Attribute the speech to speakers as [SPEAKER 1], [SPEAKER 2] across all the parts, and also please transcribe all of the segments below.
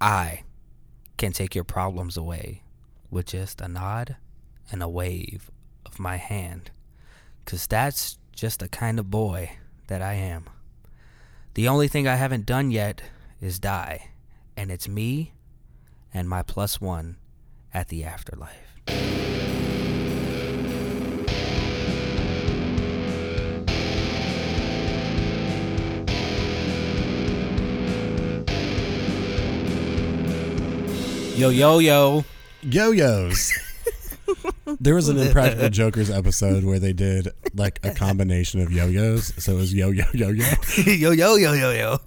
[SPEAKER 1] I can take your problems away with just a nod and a wave of my hand. 'Cause that's just the kind of boy that I am. The only thing I haven't done yet is die, and it's me and my plus one at the afterlife. Yo, yo, yo.
[SPEAKER 2] Yo-yos. there was an Impractical Jokers episode where they did like a combination of yo-yos. So it was yo yo yo yo.
[SPEAKER 1] yo, yo, yo, yo, yo.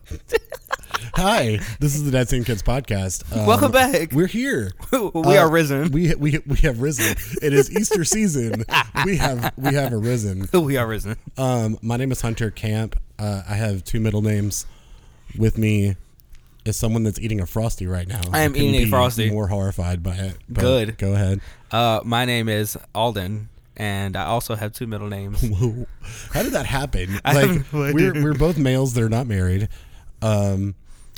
[SPEAKER 2] Hi, this is the Dead Scene Kids podcast. Um,
[SPEAKER 1] Welcome back.
[SPEAKER 2] We're here.
[SPEAKER 1] we
[SPEAKER 2] Uh,
[SPEAKER 1] are risen.
[SPEAKER 2] We we we have risen. It is Easter season. We have we have arisen.
[SPEAKER 1] We are risen.
[SPEAKER 2] Um, my name is Hunter Camp. Uh, I have two middle names. With me is someone that's eating a frosty right now.
[SPEAKER 1] I am
[SPEAKER 2] couldn't
[SPEAKER 1] eating a
[SPEAKER 2] be
[SPEAKER 1] Frosty.
[SPEAKER 2] More horrified by it. but
[SPEAKER 1] Good.
[SPEAKER 2] Go ahead.
[SPEAKER 1] Uh, my name is Alden, and I also have two middle names.
[SPEAKER 2] Whoa. How did that happen?
[SPEAKER 1] I
[SPEAKER 2] Like
[SPEAKER 1] have no idea.
[SPEAKER 2] we're we're both males that are not married, um,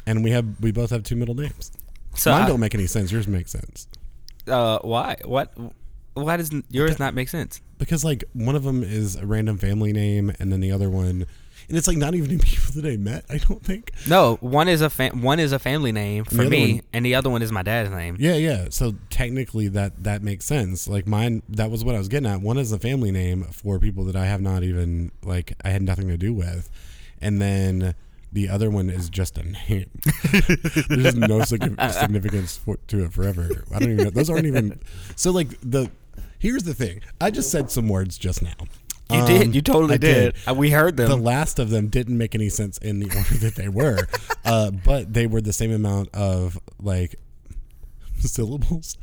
[SPEAKER 2] and we have we both have two middle names.
[SPEAKER 1] So
[SPEAKER 2] Mine
[SPEAKER 1] I-
[SPEAKER 2] don't make any sense. Yours make sense
[SPEAKER 1] Uh, why? What? Why does n- yours not make sense?
[SPEAKER 2] because like one of them is a random family name, and then the other one, and it's like not even people that I met. I don't think.
[SPEAKER 1] No, one is a fam- one is a family name for
[SPEAKER 2] other
[SPEAKER 1] me,
[SPEAKER 2] one-
[SPEAKER 1] and the other one is my dad's name.
[SPEAKER 2] Yeah, yeah. So technically, that that makes sense. Like mine, that was what I was getting at. One is a family name for people that I have not even like I had nothing to do with, and then the other one is just a name. There's just no sig- significance for, to it forever. I don't even. know. Those aren't even. So like the here's the thing. I just said some words just now.
[SPEAKER 1] You
[SPEAKER 2] Um,
[SPEAKER 1] did. You totally
[SPEAKER 2] I
[SPEAKER 1] did. Uh, We heard them.
[SPEAKER 2] the last of them didn't make any sense in the order that they were, uh, but they were the same amount of like syllables,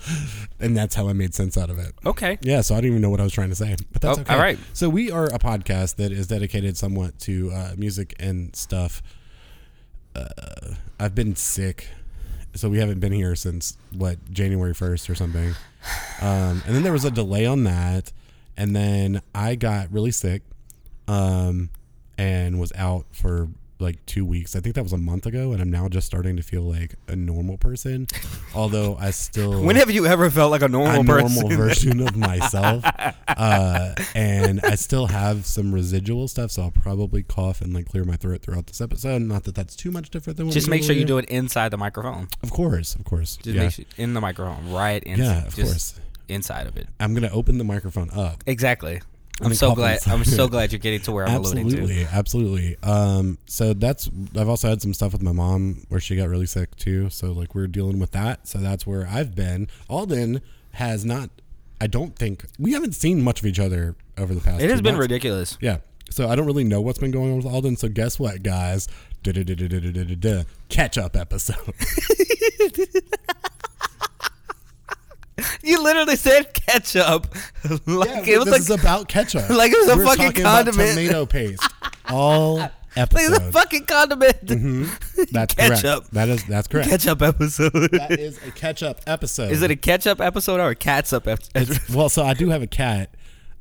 [SPEAKER 2] and that's how I made sense out of it.
[SPEAKER 1] okay.
[SPEAKER 2] Yeah, so I don't even know what I was trying to say, but that's
[SPEAKER 1] Oh,
[SPEAKER 2] okay.
[SPEAKER 1] all right.
[SPEAKER 2] So we are a podcast that is dedicated somewhat to uh, music and stuff. Uh, I've been sick, so we haven't been here since what January first or something. Um, and then there was a delay on that, and then I got really sick, um, and was out for like two weeks. I think that was a month ago, and I'm now just starting to feel like a normal person, although I still
[SPEAKER 1] When have you ever felt like a normal
[SPEAKER 2] a
[SPEAKER 1] person?
[SPEAKER 2] normal version of myself. Uh, and I still have some residual stuff, so I'll probably cough and like clear my throat throughout this episode. Not that that's too much different than what
[SPEAKER 1] Just
[SPEAKER 2] we
[SPEAKER 1] make sure
[SPEAKER 2] normally
[SPEAKER 1] you do it inside the microphone.
[SPEAKER 2] Of course, of course.
[SPEAKER 1] Just
[SPEAKER 2] yeah.
[SPEAKER 1] make sure in the microphone, right? In,
[SPEAKER 2] yeah, of
[SPEAKER 1] just
[SPEAKER 2] course.
[SPEAKER 1] Inside of it.
[SPEAKER 2] I'm gonna open the microphone up.
[SPEAKER 1] Exactly.
[SPEAKER 2] And
[SPEAKER 1] I'm
[SPEAKER 2] then
[SPEAKER 1] so
[SPEAKER 2] cough
[SPEAKER 1] glad.
[SPEAKER 2] inside.
[SPEAKER 1] I'm so glad you're getting to where I'm alluding to.
[SPEAKER 2] absolutely, absolutely. Um, so that's I've also had some stuff with my mom where she got really sick too. So like we're dealing with that. So that's where I've been. Alden has not. I don't think we haven't seen much of each other over the past.
[SPEAKER 1] It has
[SPEAKER 2] two
[SPEAKER 1] been
[SPEAKER 2] months.
[SPEAKER 1] ridiculous.
[SPEAKER 2] Yeah. So I don't really know what's been going on with Alden. So guess what, guys? Du-du-du-du-du-du-du-du. Catch up episode.
[SPEAKER 1] You literally said ketchup. like it was
[SPEAKER 2] this
[SPEAKER 1] like
[SPEAKER 2] is about ketchup.
[SPEAKER 1] like it was a
[SPEAKER 2] We're
[SPEAKER 1] fucking
[SPEAKER 2] talking about
[SPEAKER 1] condiment.
[SPEAKER 2] tomato paste. All
[SPEAKER 1] like it's a
[SPEAKER 2] episode.
[SPEAKER 1] fucking condiment.
[SPEAKER 2] Mm-hmm. that's
[SPEAKER 1] ketchup.
[SPEAKER 2] correct. That is that's correct.
[SPEAKER 1] Ketchup episode.
[SPEAKER 2] That is a ketchup episode.
[SPEAKER 1] Is it a ketchup episode or a cats up episode?
[SPEAKER 2] It's- well, so I do have a cat,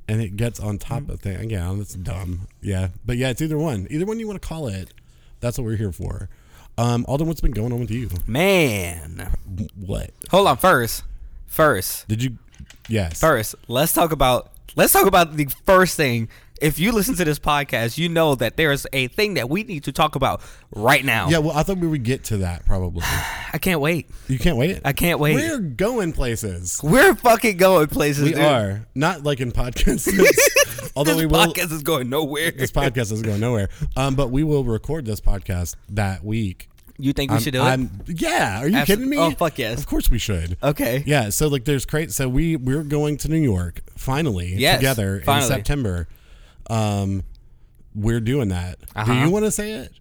[SPEAKER 2] and it gets on top of things. Yeah, that's dumb. Yeah, but yeah, it's either one. Either one you want to call it. That's what we're here for. Um, Alden, what's been going on with you?
[SPEAKER 1] Man,
[SPEAKER 2] What
[SPEAKER 1] hold on. First, first,
[SPEAKER 2] did you? Yes.
[SPEAKER 1] first. Let's talk about. Let's talk about the first thing. If you listen to this podcast, you know that there is a thing that we need to talk about right now.
[SPEAKER 2] Yeah, well, I thought we would get to that probably.
[SPEAKER 1] I can't wait.
[SPEAKER 2] You can't wait.
[SPEAKER 1] I can't wait.
[SPEAKER 2] We're going places.
[SPEAKER 1] We're fucking going places.
[SPEAKER 2] We
[SPEAKER 1] dude.
[SPEAKER 2] are not like in podcasts. Although
[SPEAKER 1] this
[SPEAKER 2] we will,
[SPEAKER 1] podcast is going nowhere.
[SPEAKER 2] this podcast is going nowhere. Um, but we will record this podcast that week.
[SPEAKER 1] You think we should do it?
[SPEAKER 2] I'm, yeah. Are you
[SPEAKER 1] Abso-
[SPEAKER 2] kidding me?
[SPEAKER 1] Oh, fuck yes. Uh,
[SPEAKER 2] Of course we should.
[SPEAKER 1] Okay.
[SPEAKER 2] Yeah. So like, there's crazy. So we we're going to New York finally
[SPEAKER 1] Yes,
[SPEAKER 2] together
[SPEAKER 1] finally.
[SPEAKER 2] in September. Um, we're doing that.
[SPEAKER 1] Uh-huh.
[SPEAKER 2] Do you want to say it?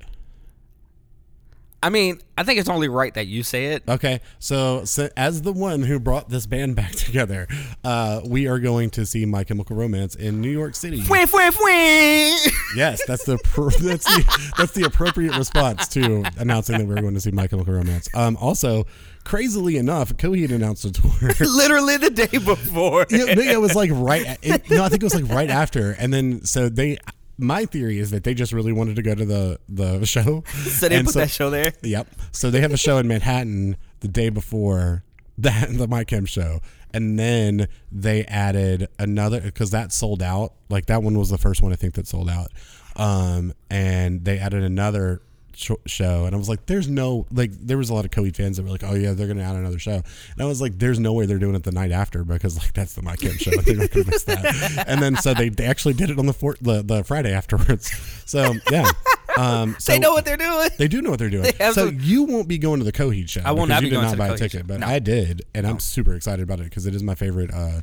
[SPEAKER 1] I mean, I think it's only right that you say it.
[SPEAKER 2] Okay, so, so as the one who brought this band back together, uh, we are going to see My Chemical Romance in New York City.
[SPEAKER 1] Fwee, fwee, fwee.
[SPEAKER 2] Yes, that's the pro- that's the that's the appropriate response to announcing that we're going to see My Chemical Romance. Um, also, crazily enough, Coheed announced a tour.
[SPEAKER 1] Literally the day before.
[SPEAKER 2] Yeah, no, it was like right. It, no, I think it was like right after, and then so they. My theory is that they just really wanted to go to the the show,
[SPEAKER 1] So they
[SPEAKER 2] And
[SPEAKER 1] put that show there.
[SPEAKER 2] Yep. So they have a show in Manhattan. the day before that the Mike Kim show, and then they added another because that sold out. Like that one was the first one I think that sold out, um, and they added another sh- show, and I was like, "There's no like." There was a lot of Cody fans that were like, "Oh yeah, they're gonna add another show," and I was like, "There's no way they're doing it the night after because like that's the Mike Kim show. They're not gonna miss that." And then so they, they actually did it on the fourth the, the Friday afterwards. So yeah. Um, so
[SPEAKER 1] they know what they're doing.
[SPEAKER 2] they do know what they're doing.
[SPEAKER 1] They have
[SPEAKER 2] so
[SPEAKER 1] some-
[SPEAKER 2] you won't be going to the Coheed show. I
[SPEAKER 1] will not be
[SPEAKER 2] you did
[SPEAKER 1] going
[SPEAKER 2] not
[SPEAKER 1] to the
[SPEAKER 2] buy a
[SPEAKER 1] Coheed
[SPEAKER 2] ticket,
[SPEAKER 1] show.
[SPEAKER 2] but I did, and I'm super excited about it because it is my favorite. Uh,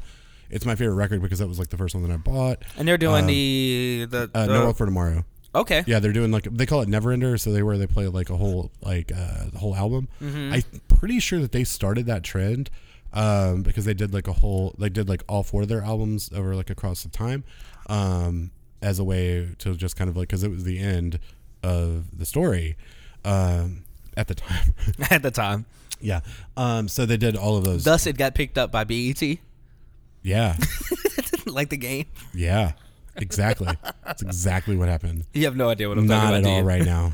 [SPEAKER 2] it's my favorite record because that was like the first one that I bought.
[SPEAKER 1] And they're doing the the,
[SPEAKER 2] Um, Uh,
[SPEAKER 1] the-
[SPEAKER 2] no World for Tomorrow.
[SPEAKER 1] okay.
[SPEAKER 2] Yeah, they're doing like they call it Neverender, so they where they play like a whole like uh, the whole album. I'm pretty sure that they started that trend um, because they did like a whole they did like all four of their albums over like across the time um, as a way to just kind of like because it was the end of the story um, at the time.
[SPEAKER 1] At the time,
[SPEAKER 2] yeah, um, so they did all of those.
[SPEAKER 1] thus it got picked up by BET,
[SPEAKER 2] yeah,
[SPEAKER 1] like the game.
[SPEAKER 2] yeah, exactly. That's exactly what happened.
[SPEAKER 1] You have no idea what I'm
[SPEAKER 2] Not
[SPEAKER 1] talking about.
[SPEAKER 2] at
[SPEAKER 1] do
[SPEAKER 2] all
[SPEAKER 1] you?
[SPEAKER 2] right now.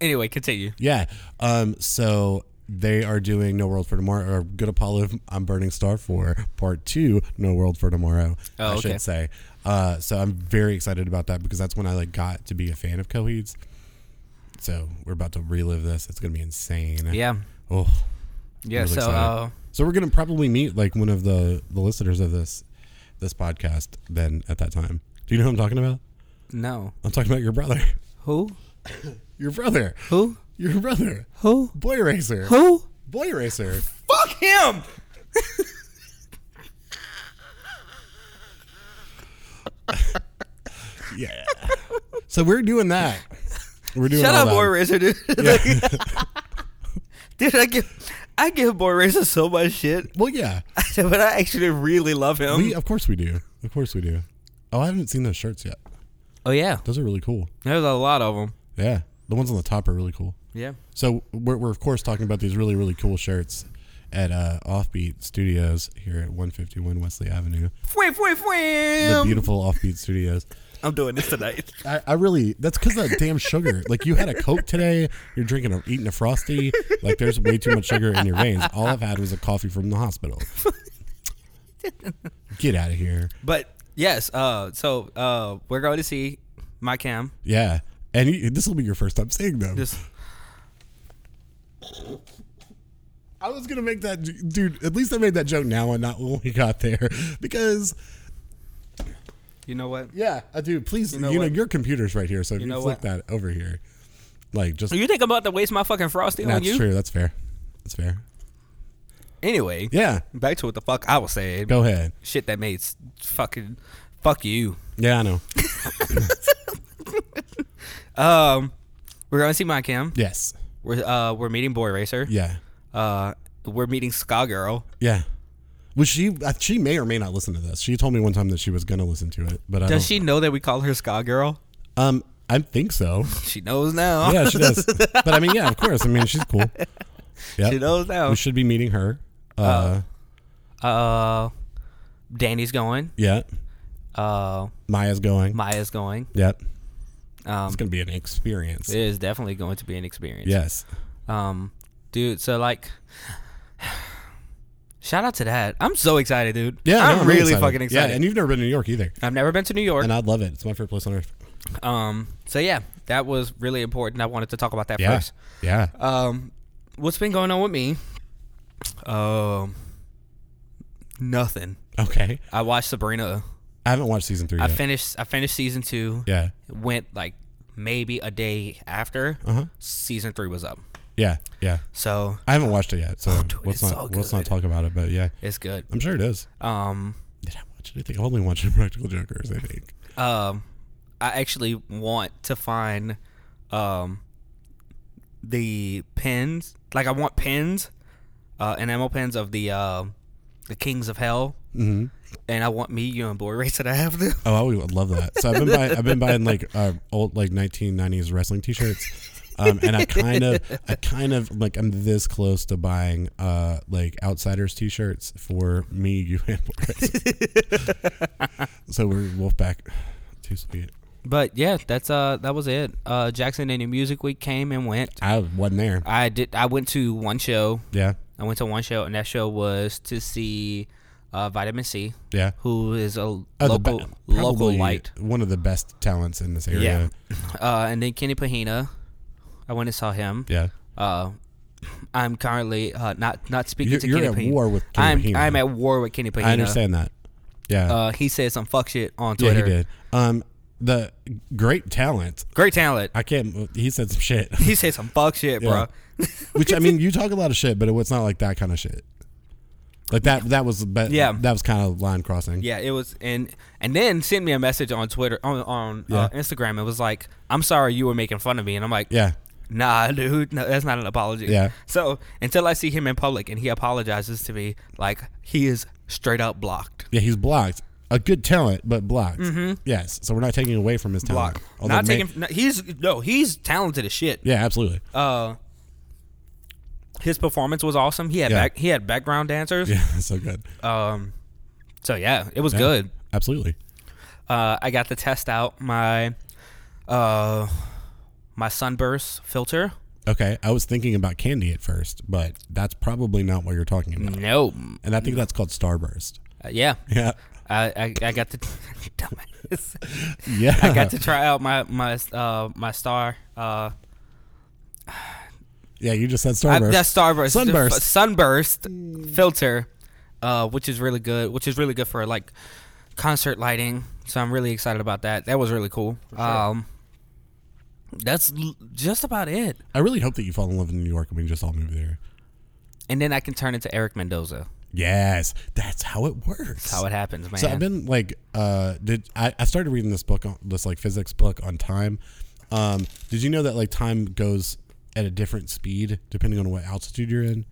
[SPEAKER 1] Anyway, continue.
[SPEAKER 2] Yeah. Um. So they are doing No World for Tomorrow or Good Apollo. I'm Burning Star for Part Two. No World for Tomorrow.
[SPEAKER 1] Oh,
[SPEAKER 2] I
[SPEAKER 1] okay.
[SPEAKER 2] should say. Uh. So I'm very excited about that because that's when I like got to be a fan of Coheeds. So we're about to relive this. It's gonna be insane.
[SPEAKER 1] Yeah,
[SPEAKER 2] Oh.
[SPEAKER 1] yeah.
[SPEAKER 2] really
[SPEAKER 1] so,
[SPEAKER 2] excited.
[SPEAKER 1] uh,
[SPEAKER 2] So we're gonna probably meet like one of the the listeners of this this podcast. Then at that time, do you know who I'm talking about?
[SPEAKER 1] no.
[SPEAKER 2] I'm talking about your brother.
[SPEAKER 1] Who?
[SPEAKER 2] Your brother.
[SPEAKER 1] Who?
[SPEAKER 2] Your brother.
[SPEAKER 1] Who?
[SPEAKER 2] Boy Racer.
[SPEAKER 1] Who?
[SPEAKER 2] Boy Racer.
[SPEAKER 1] Fuck him!
[SPEAKER 2] Yeah. so we're doing that. We're doing
[SPEAKER 1] Shut
[SPEAKER 2] all
[SPEAKER 1] up,
[SPEAKER 2] that.
[SPEAKER 1] Boy Racer, dude. dude, I give I give Boy Racer so much shit,
[SPEAKER 2] Well, yeah.
[SPEAKER 1] but I actually really love him.
[SPEAKER 2] We of course we do. Of course we do. Oh, I haven't seen those shirts yet.
[SPEAKER 1] oh yeah,
[SPEAKER 2] Those are really cool.
[SPEAKER 1] there's a lot of them.
[SPEAKER 2] Yeah. The ones on the top are really cool.
[SPEAKER 1] Yeah.
[SPEAKER 2] So we're, we're of course talking about these really really cool shirts at uh, Offbeat Studios here at 151 Wesley Avenue.
[SPEAKER 1] Fwee, fwee,
[SPEAKER 2] The
[SPEAKER 1] fwee.
[SPEAKER 2] beautiful Offbeat Studios.
[SPEAKER 1] I'm doing this tonight.
[SPEAKER 2] I, I really that's because that damn sugar. Like you had a Coke today. You're drinking a eating a frosty. Like there's way too much sugar in your veins. All I've had was a coffee from the hospital. Get out of here.
[SPEAKER 1] But yes, uh, so uh, we're going to see my cam.
[SPEAKER 2] Yeah. And you, this will be your first time seeing them.
[SPEAKER 1] Just
[SPEAKER 2] I was gonna make that j- dude. At least I made that joke now and not when we got there because
[SPEAKER 1] you know what?
[SPEAKER 2] yeah, I do. Please, you know,
[SPEAKER 1] know what?
[SPEAKER 2] your computer's right here, so if you,
[SPEAKER 1] know
[SPEAKER 2] flip
[SPEAKER 1] what?
[SPEAKER 2] that over here, like just
[SPEAKER 1] You think I'm about to waste my fucking frosty on
[SPEAKER 2] that's
[SPEAKER 1] you?
[SPEAKER 2] true. That's fair. That's fair.
[SPEAKER 1] Anyway,
[SPEAKER 2] Yeah.
[SPEAKER 1] back to what the fuck I was saying.
[SPEAKER 2] Go ahead.
[SPEAKER 1] Shit that made s- fucking fuck you.
[SPEAKER 2] Yeah, I know.
[SPEAKER 1] Um, we're going to see my cam.
[SPEAKER 2] Yes.
[SPEAKER 1] We're uh, we're meeting Boy Racer.
[SPEAKER 2] Yeah.
[SPEAKER 1] Uh, we're meeting Ska Girl.
[SPEAKER 2] Yeah. Well, she uh, she may or may not listen to this. She told me one time that she was gonna listen to it, but I
[SPEAKER 1] Does
[SPEAKER 2] don't-
[SPEAKER 1] she know that we call her Ska Girl?
[SPEAKER 2] Um, I think so.
[SPEAKER 1] She knows now.
[SPEAKER 2] Yeah, she does. but I mean, yeah, of course. I mean, she's cool. Yeah,
[SPEAKER 1] she knows now.
[SPEAKER 2] We should be meeting her. Uh,
[SPEAKER 1] Uh, Danny's going.
[SPEAKER 2] yeah.
[SPEAKER 1] Uh,
[SPEAKER 2] Maya's going.
[SPEAKER 1] Maya's going.
[SPEAKER 2] yep.
[SPEAKER 1] Um,
[SPEAKER 2] It's gonna be an experience.
[SPEAKER 1] it is definitely going to be an experience.
[SPEAKER 2] yes.
[SPEAKER 1] Um, dude, so like, shout out to that. I'm so excited, dude.
[SPEAKER 2] Yeah,
[SPEAKER 1] I'm
[SPEAKER 2] no,
[SPEAKER 1] really
[SPEAKER 2] excited.
[SPEAKER 1] fucking
[SPEAKER 2] Yeah,
[SPEAKER 1] excited.
[SPEAKER 2] and you've never been to New York either,
[SPEAKER 1] I've never been to New York.
[SPEAKER 2] and uh, I'd love it. It's my favorite place on earth.
[SPEAKER 1] Um, so yeah, that was really important. I wanted to talk about that
[SPEAKER 2] Yeah.
[SPEAKER 1] first.
[SPEAKER 2] Yeah.
[SPEAKER 1] Um, what's been going on with me? Um, nothing.
[SPEAKER 2] Okay.
[SPEAKER 1] I watched Sabrina.
[SPEAKER 2] I haven't watched season three
[SPEAKER 1] I
[SPEAKER 2] yet.
[SPEAKER 1] finished. I finished season two.
[SPEAKER 2] yeah.
[SPEAKER 1] Went like maybe a day after
[SPEAKER 2] Uh-huh.
[SPEAKER 1] season three was up.
[SPEAKER 2] Yeah. Yeah.
[SPEAKER 1] So
[SPEAKER 2] I haven't watched it yet, so
[SPEAKER 1] Oh, dude,
[SPEAKER 2] let's
[SPEAKER 1] it's
[SPEAKER 2] not
[SPEAKER 1] so
[SPEAKER 2] let's not
[SPEAKER 1] good.
[SPEAKER 2] talk about it. But yeah,
[SPEAKER 1] it's good.
[SPEAKER 2] I'm sure it is.
[SPEAKER 1] Um,
[SPEAKER 2] Did I watch anything? I only watched Practical Jokers. I think.
[SPEAKER 1] um, I actually want to find um the pins. Like I want pins, uh, enamel pins of the uh, the kings of hell,
[SPEAKER 2] Mm-hmm.
[SPEAKER 1] and I want me, you, and Boy Racer to have them.
[SPEAKER 2] Oh, I would love that. So I've been buying, I've been buying like uh, old like 1990s wrestling T-shirts, um, and I kind of I kind of like I'm this close to buying uh, like outsiders T-shirts for me, you, and Boris. so we're Wolfpack. Too sweet.
[SPEAKER 1] But yeah, that's uh that was it. Uh, Jackson and Music Week came and went.
[SPEAKER 2] I wasn't there.
[SPEAKER 1] I did. I went to one show.
[SPEAKER 2] Yeah.
[SPEAKER 1] I went to one show, and that show was to see uh, Vitamin C,
[SPEAKER 2] Yeah.
[SPEAKER 1] who is a
[SPEAKER 2] Oh, the
[SPEAKER 1] local
[SPEAKER 2] be-
[SPEAKER 1] local
[SPEAKER 2] probably
[SPEAKER 1] light.
[SPEAKER 2] One of the best talents in this area.
[SPEAKER 1] Uh, and then Kenny Pahina, I went and saw him.
[SPEAKER 2] Yeah.
[SPEAKER 1] Uh, I'm currently uh, not not speaking
[SPEAKER 2] You're,
[SPEAKER 1] to
[SPEAKER 2] you're
[SPEAKER 1] Kenny
[SPEAKER 2] at
[SPEAKER 1] Pahina.
[SPEAKER 2] war with Kenny
[SPEAKER 1] I'm
[SPEAKER 2] Pahina.
[SPEAKER 1] I'm at war with Kenny Pahina.
[SPEAKER 2] I understand that. Yeah.
[SPEAKER 1] Uh, he said some fuck shit on
[SPEAKER 2] yeah,
[SPEAKER 1] Twitter.
[SPEAKER 2] he did. Um, the great talent.
[SPEAKER 1] Great talent.
[SPEAKER 2] I can't. He said some shit.
[SPEAKER 1] He said some fuck shit,
[SPEAKER 2] Yeah.
[SPEAKER 1] bro.
[SPEAKER 2] Which I mean, you talk a lot of shit, but it was not like that kind of shit. Like that. That was. Be-
[SPEAKER 1] Yeah.
[SPEAKER 2] That was kind of line crossing.
[SPEAKER 1] Yeah, it was, and and then sent me a message on Twitter on on uh,
[SPEAKER 2] Yeah.
[SPEAKER 1] Instagram. It was like, "I'm sorry you were making fun of me," and I'm like,
[SPEAKER 2] Yeah.
[SPEAKER 1] "Nah, dude, no, that's not an apology."
[SPEAKER 2] Yeah.
[SPEAKER 1] So until I see him in public and he apologizes to me, like he is straight up blocked.
[SPEAKER 2] Yeah, he's blocked. A good talent, but blocked. Yes. So we're not taking away from his talent.
[SPEAKER 1] Mm-hmm. Blocked.
[SPEAKER 2] Although
[SPEAKER 1] not
[SPEAKER 2] may-
[SPEAKER 1] taking. no, he's no, he's talented as shit.
[SPEAKER 2] Yeah, absolutely.
[SPEAKER 1] Uh, his performance was awesome. He had
[SPEAKER 2] Yeah.
[SPEAKER 1] back he had background dancers.
[SPEAKER 2] Yeah, so good.
[SPEAKER 1] Um, so yeah, it was good.
[SPEAKER 2] Absolutely.
[SPEAKER 1] uh, I got to test out my uh, my sunburst filter.
[SPEAKER 2] Okay, I was thinking about candy at first, but that's probably not what you're talking about.
[SPEAKER 1] No,
[SPEAKER 2] And I think that's called starburst.
[SPEAKER 1] Uh, yeah,
[SPEAKER 2] Yeah.
[SPEAKER 1] I, I, I got to dumbass.
[SPEAKER 2] Yeah.
[SPEAKER 1] I got to try out my my uh, my star uh,
[SPEAKER 2] yeah, you just said
[SPEAKER 1] I,
[SPEAKER 2] starburst.
[SPEAKER 1] that starburst
[SPEAKER 2] Sunburst.
[SPEAKER 1] f- sunburst filter, uh, which is really good, which is really good for like concert lighting. So I'm really excited about that. That was really cool. Um, that's l- just about it.
[SPEAKER 2] I really hope that you fall in love in New York and we can just all move there.
[SPEAKER 1] And then I can turn into Eric Mendoza.
[SPEAKER 2] Yes, that's how it works.
[SPEAKER 1] That's how it happens, man.
[SPEAKER 2] So I've been like, uh, did I, I started reading this book, on, this like physics book on time. Um, did you know that like time goes at a different speed depending on what altitude you're in?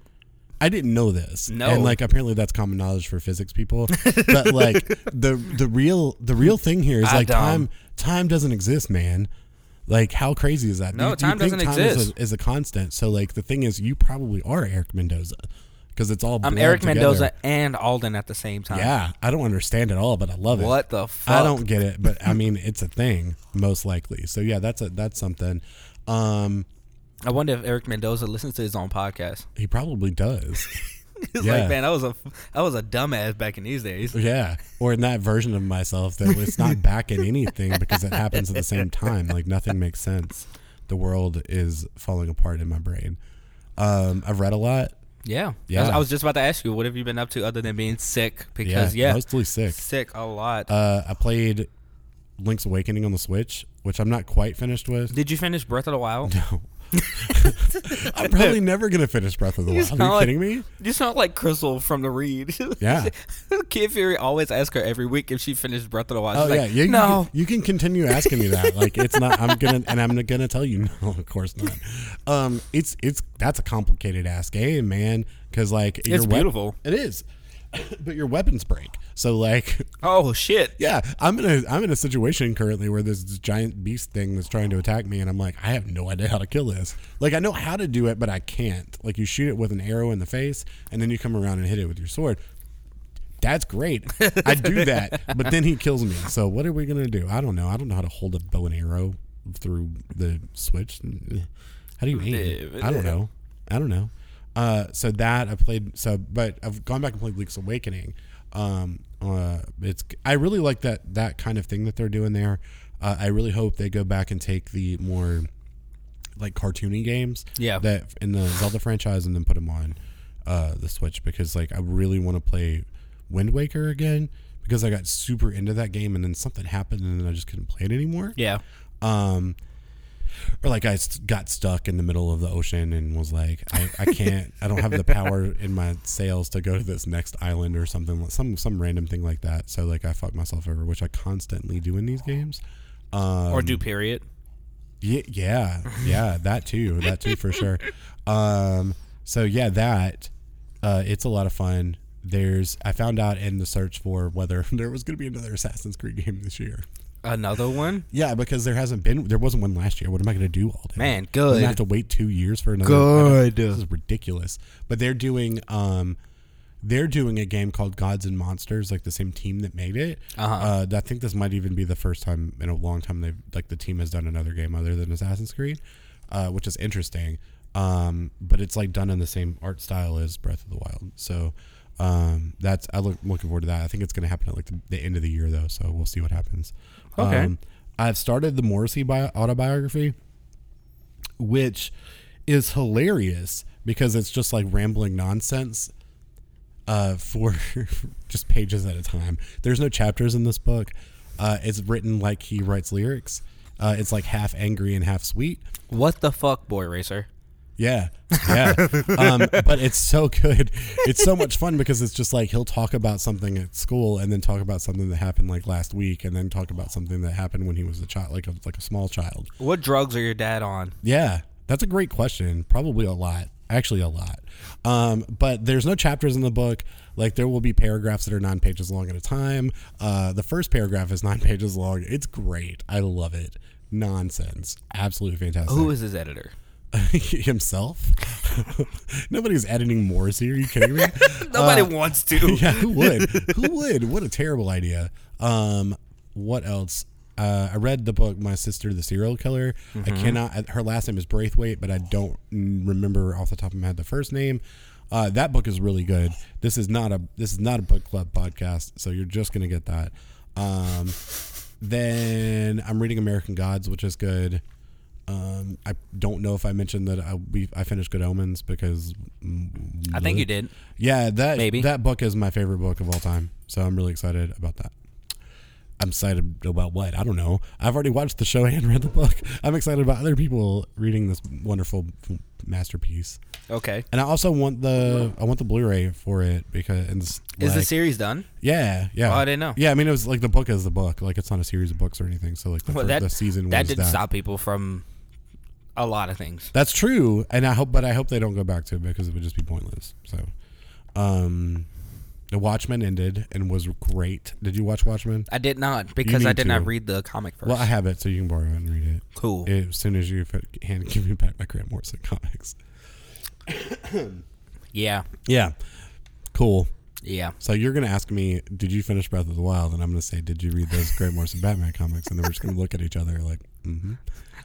[SPEAKER 2] I didn't know this.
[SPEAKER 1] No.
[SPEAKER 2] and like apparently that's common knowledge for physics people. but like the the real the real thing here is
[SPEAKER 1] I
[SPEAKER 2] like
[SPEAKER 1] don't.
[SPEAKER 2] time time doesn't exist, man. Like how crazy is that?
[SPEAKER 1] No, time doesn't
[SPEAKER 2] Is
[SPEAKER 1] exist.
[SPEAKER 2] a, is a constant. So like the thing is, you probably are Eric Mendoza because it's all.
[SPEAKER 1] I'm
[SPEAKER 2] blurred
[SPEAKER 1] Eric
[SPEAKER 2] together.
[SPEAKER 1] Mendoza and Alden at the same time.
[SPEAKER 2] Yeah, I don't understand it all, but I love it.
[SPEAKER 1] What the fuck?
[SPEAKER 2] I don't get it, but I mean, it's a thing most likely. So yeah, that's a that's something. Um,
[SPEAKER 1] I wonder if Eric Mendoza listens to his own podcast.
[SPEAKER 2] he probably does.
[SPEAKER 1] He's
[SPEAKER 2] Yeah.
[SPEAKER 1] like, man, I was a, I was a dumbass back in these days.
[SPEAKER 2] yeah, or in that version of myself that it's not back in anything because it happens at the same time. Like nothing makes sense. The world is falling apart in my brain. Um, I've read a lot.
[SPEAKER 1] Yeah.
[SPEAKER 2] Yeah.
[SPEAKER 1] I was just about to ask you, what have you been up to other than being sick? Because yeah,
[SPEAKER 2] mostly sick.
[SPEAKER 1] sick a lot.
[SPEAKER 2] Uh, I played Link's Awakening on the Switch, which I'm not quite finished with.
[SPEAKER 1] Did you finish Breath of the Wild?
[SPEAKER 2] I'm probably never gonna finish Breath of the
[SPEAKER 1] You
[SPEAKER 2] Wild. Are
[SPEAKER 1] sound
[SPEAKER 2] you
[SPEAKER 1] like-
[SPEAKER 2] kidding me?
[SPEAKER 1] You sound like Crystal from the Reed.
[SPEAKER 2] Yeah.
[SPEAKER 1] Kid Fury always asks her every week if she finished Breath of the Wild.
[SPEAKER 2] Oh
[SPEAKER 1] She's
[SPEAKER 2] yeah,
[SPEAKER 1] like,
[SPEAKER 2] yeah. You,
[SPEAKER 1] no.
[SPEAKER 2] can, you can continue asking me that. Like it's not. I'm gonna and I'm gonna tell you no. Of course not. Um, it's it's that's a complicated ass game, man. Because like it's
[SPEAKER 1] beautiful.
[SPEAKER 2] It is, but your weapons break. So like,
[SPEAKER 1] Oh shit.
[SPEAKER 2] yeah, I'm in a I'm in a situation currently where there's this giant beast thing that's trying to attack me, and I'm like, I have no idea how to kill this. Like I know how to do it, but I can't. Like you shoot it with an arrow in the face, and then you come around and hit it with your sword. That's great. I do that, but then he kills me. So what are we gonna do? I don't know. I don't know how to hold a bow and arrow through the switch. How do you aim? I don't know. I don't know. Uh, so that I played. So, but I've gone back and played Link's Awakening. Um, uh, it's I really like that that kind of thing that they're doing there. Uh, I really hope they go back and take the more like cartoony games
[SPEAKER 1] Yeah.
[SPEAKER 2] that in the Zelda franchise and then put them on uh, the Switch because like I really want to play Wind Waker again because I got super into that game and then something happened and then I just couldn't play it anymore.
[SPEAKER 1] Yeah.
[SPEAKER 2] Um, or like I s- got stuck in the middle of the ocean and was like, I, I can't, I don't have the power in my sails to go to this next island or something, some some random thing like that. So like I fucked myself over, which I constantly do in these games. Um,
[SPEAKER 1] or do period.
[SPEAKER 2] yeah, yeah, yeah, that too, that too for sure. Um, so yeah, that uh, it's a lot of fun. There's I found out in the search for whether there was going to be another Assassin's Creed game this year.
[SPEAKER 1] Another one.
[SPEAKER 2] Yeah, because there hasn't been there wasn't one last year. What am I going to do all day?
[SPEAKER 1] Man,
[SPEAKER 2] I'm gonna
[SPEAKER 1] good.
[SPEAKER 2] have to wait two years for another.
[SPEAKER 1] Good.
[SPEAKER 2] This is ridiculous. But they're doing um, they're doing a game called Gods and Monsters, like the same team that made it.
[SPEAKER 1] Uh-huh.
[SPEAKER 2] Uh, I think this might even be the first time in a long time they've like the team has done another game other than Assassin's Creed, uh, which is interesting. um, but it's like done in the same art style as Breath of the Wild. So um, that's I look looking forward to that. I think it's going to happen at like the, the end of the year though, so we'll see what happens.
[SPEAKER 1] Okay.
[SPEAKER 2] Um, I've started the Morrissey bio- autobiography, which is hilarious because it's just like rambling nonsense uh, for just pages at a time. There's no chapters in this book. Uh, it's written like he writes lyrics. Uh, it's like half angry and half sweet.
[SPEAKER 1] What the fuck, boy racer?
[SPEAKER 2] Yeah, yeah. um, but it's so good. It's so much fun because it's just like he'll talk about something at school and then talk about something that happened like last week and then talk about something that happened when he was a child, like a, like a small child.
[SPEAKER 1] What drugs are your dad on?
[SPEAKER 2] Yeah, that's a great question. Probably a lot. Actually, a lot. Um, but there's no chapters in the book. Like, there will be paragraphs that are nine pages long at a time. Uh, the first paragraph is nine pages long. It's great. I love it. Nonsense. Absolutely fantastic.
[SPEAKER 1] Who is his editor?
[SPEAKER 2] Himself? Nobody's editing Morrissey. Are you kidding me?
[SPEAKER 1] Nobody wants to.
[SPEAKER 2] Uh, yeah, who would? Who would? What a terrible idea. Um, what else? Uh, I read the book My Sister the Serial Killer.
[SPEAKER 1] Mm-hmm.
[SPEAKER 2] I cannot. I- Her last name is Braithwaite, but I don't mm, remember off the top of my head the first name. Uh, that book is really good. This is not a this is not a book club podcast, so you're just gonna get that. Um, then I'm reading American Gods, which is good. Um, I don't know if I mentioned that I we, I finished Good Omens because mm,
[SPEAKER 1] I think you did.
[SPEAKER 2] yeah, that
[SPEAKER 1] Maybe.
[SPEAKER 2] that book is my favorite book of all time. So I'm really excited about that. I'm excited about what? I don't know. I've already watched the show and read the book. I'm excited about other people reading this wonderful masterpiece.
[SPEAKER 1] Okay.
[SPEAKER 2] And I also want the I want the Blu-ray for it because and it's
[SPEAKER 1] Is the
[SPEAKER 2] like-
[SPEAKER 1] series done?
[SPEAKER 2] yeah yeah
[SPEAKER 1] Oh, I didn't know.
[SPEAKER 2] yeah I mean it was like the book is the book like it's not a series of books or anything so like the,
[SPEAKER 1] Well,
[SPEAKER 2] fir-
[SPEAKER 1] that
[SPEAKER 2] the season
[SPEAKER 1] that
[SPEAKER 2] was
[SPEAKER 1] didn't stop people from a lot of things.
[SPEAKER 2] That's true, and I hope, but I hope they don't go back to it because it would just be pointless. So, um, the Watchmen ended and was great. Did you watch Watchmen?
[SPEAKER 1] I did not because
[SPEAKER 2] need
[SPEAKER 1] I did not
[SPEAKER 2] to.
[SPEAKER 1] read the comic first.
[SPEAKER 2] Well, I have it, so you can borrow it and read it.
[SPEAKER 1] cool.
[SPEAKER 2] It- As soon as you f- hand give me back my Grant Morrison comics.
[SPEAKER 1] yeah.
[SPEAKER 2] Yeah, cool.
[SPEAKER 1] Yeah.
[SPEAKER 2] So you're gonna ask me, did you finish Breath of the Wild? And I'm gonna say, did you read those Grant Morrison Batman comics? And then we're just gonna look at each other like, mm-hmm.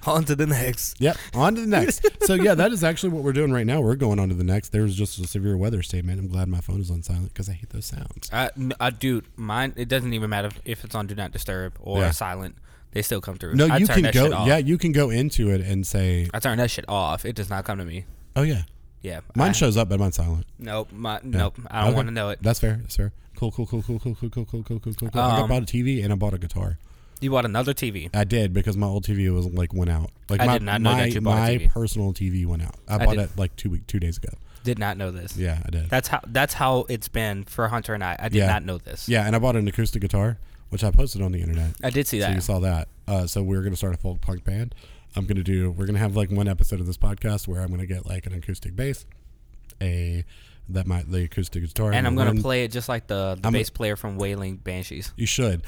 [SPEAKER 1] On to the next.
[SPEAKER 2] Yep. On to the next. so yeah, that is actually what we're doing right now. We're going on to the next. There was just a severe weather statement. I'm glad my phone is on silent because I hate those sounds.
[SPEAKER 1] I, n- I- dude, mine. It doesn't even matter if it's on Do Not Disturb or
[SPEAKER 2] Yeah.
[SPEAKER 1] silent. They still come through.
[SPEAKER 2] No,
[SPEAKER 1] I
[SPEAKER 2] you
[SPEAKER 1] turn
[SPEAKER 2] can
[SPEAKER 1] that
[SPEAKER 2] go.
[SPEAKER 1] Shit off.
[SPEAKER 2] Yeah, you can go into it and say,
[SPEAKER 1] I turn that shit off. It does not come to me.
[SPEAKER 2] "Oh yeah,
[SPEAKER 1] Yeah.
[SPEAKER 2] mine
[SPEAKER 1] I-
[SPEAKER 2] shows up, but mine's silent."
[SPEAKER 1] Nope. My, Nope. I don't
[SPEAKER 2] Okay.
[SPEAKER 1] want to know it.
[SPEAKER 2] That's fair. That's fair. Cool, cool, cool, cool, cool, cool, cool, cool, cool, cool. cool. I got-
[SPEAKER 1] Um,
[SPEAKER 2] bought a TV and I bought a guitar.
[SPEAKER 1] You bought another TV.
[SPEAKER 2] I did because my old TV was like went out. Like
[SPEAKER 1] I
[SPEAKER 2] my
[SPEAKER 1] did not know
[SPEAKER 2] my,
[SPEAKER 1] that you bought a
[SPEAKER 2] my
[SPEAKER 1] TV.
[SPEAKER 2] personal TV went out. I, bought
[SPEAKER 1] did-
[SPEAKER 2] it like two week two days ago.
[SPEAKER 1] Did not know this.
[SPEAKER 2] Yeah, I did.
[SPEAKER 1] That's how. That's how it's been for Hunter and I. I did
[SPEAKER 2] Yeah.
[SPEAKER 1] not know this.
[SPEAKER 2] yeah, and I bought an acoustic guitar, which I posted on the internet.
[SPEAKER 1] I did see
[SPEAKER 2] So you
[SPEAKER 1] that.
[SPEAKER 2] saw that. Uh, so we're gonna start a folk punk band. I'm gonna do. We're gonna have like one episode of this podcast where I'm gonna get like an acoustic bass, a that my the acoustic guitar,
[SPEAKER 1] and I'm
[SPEAKER 2] the
[SPEAKER 1] gonna
[SPEAKER 2] wind.
[SPEAKER 1] play it just like the, the
[SPEAKER 2] I'm-
[SPEAKER 1] bass player from Wailing Banshees.
[SPEAKER 2] You should,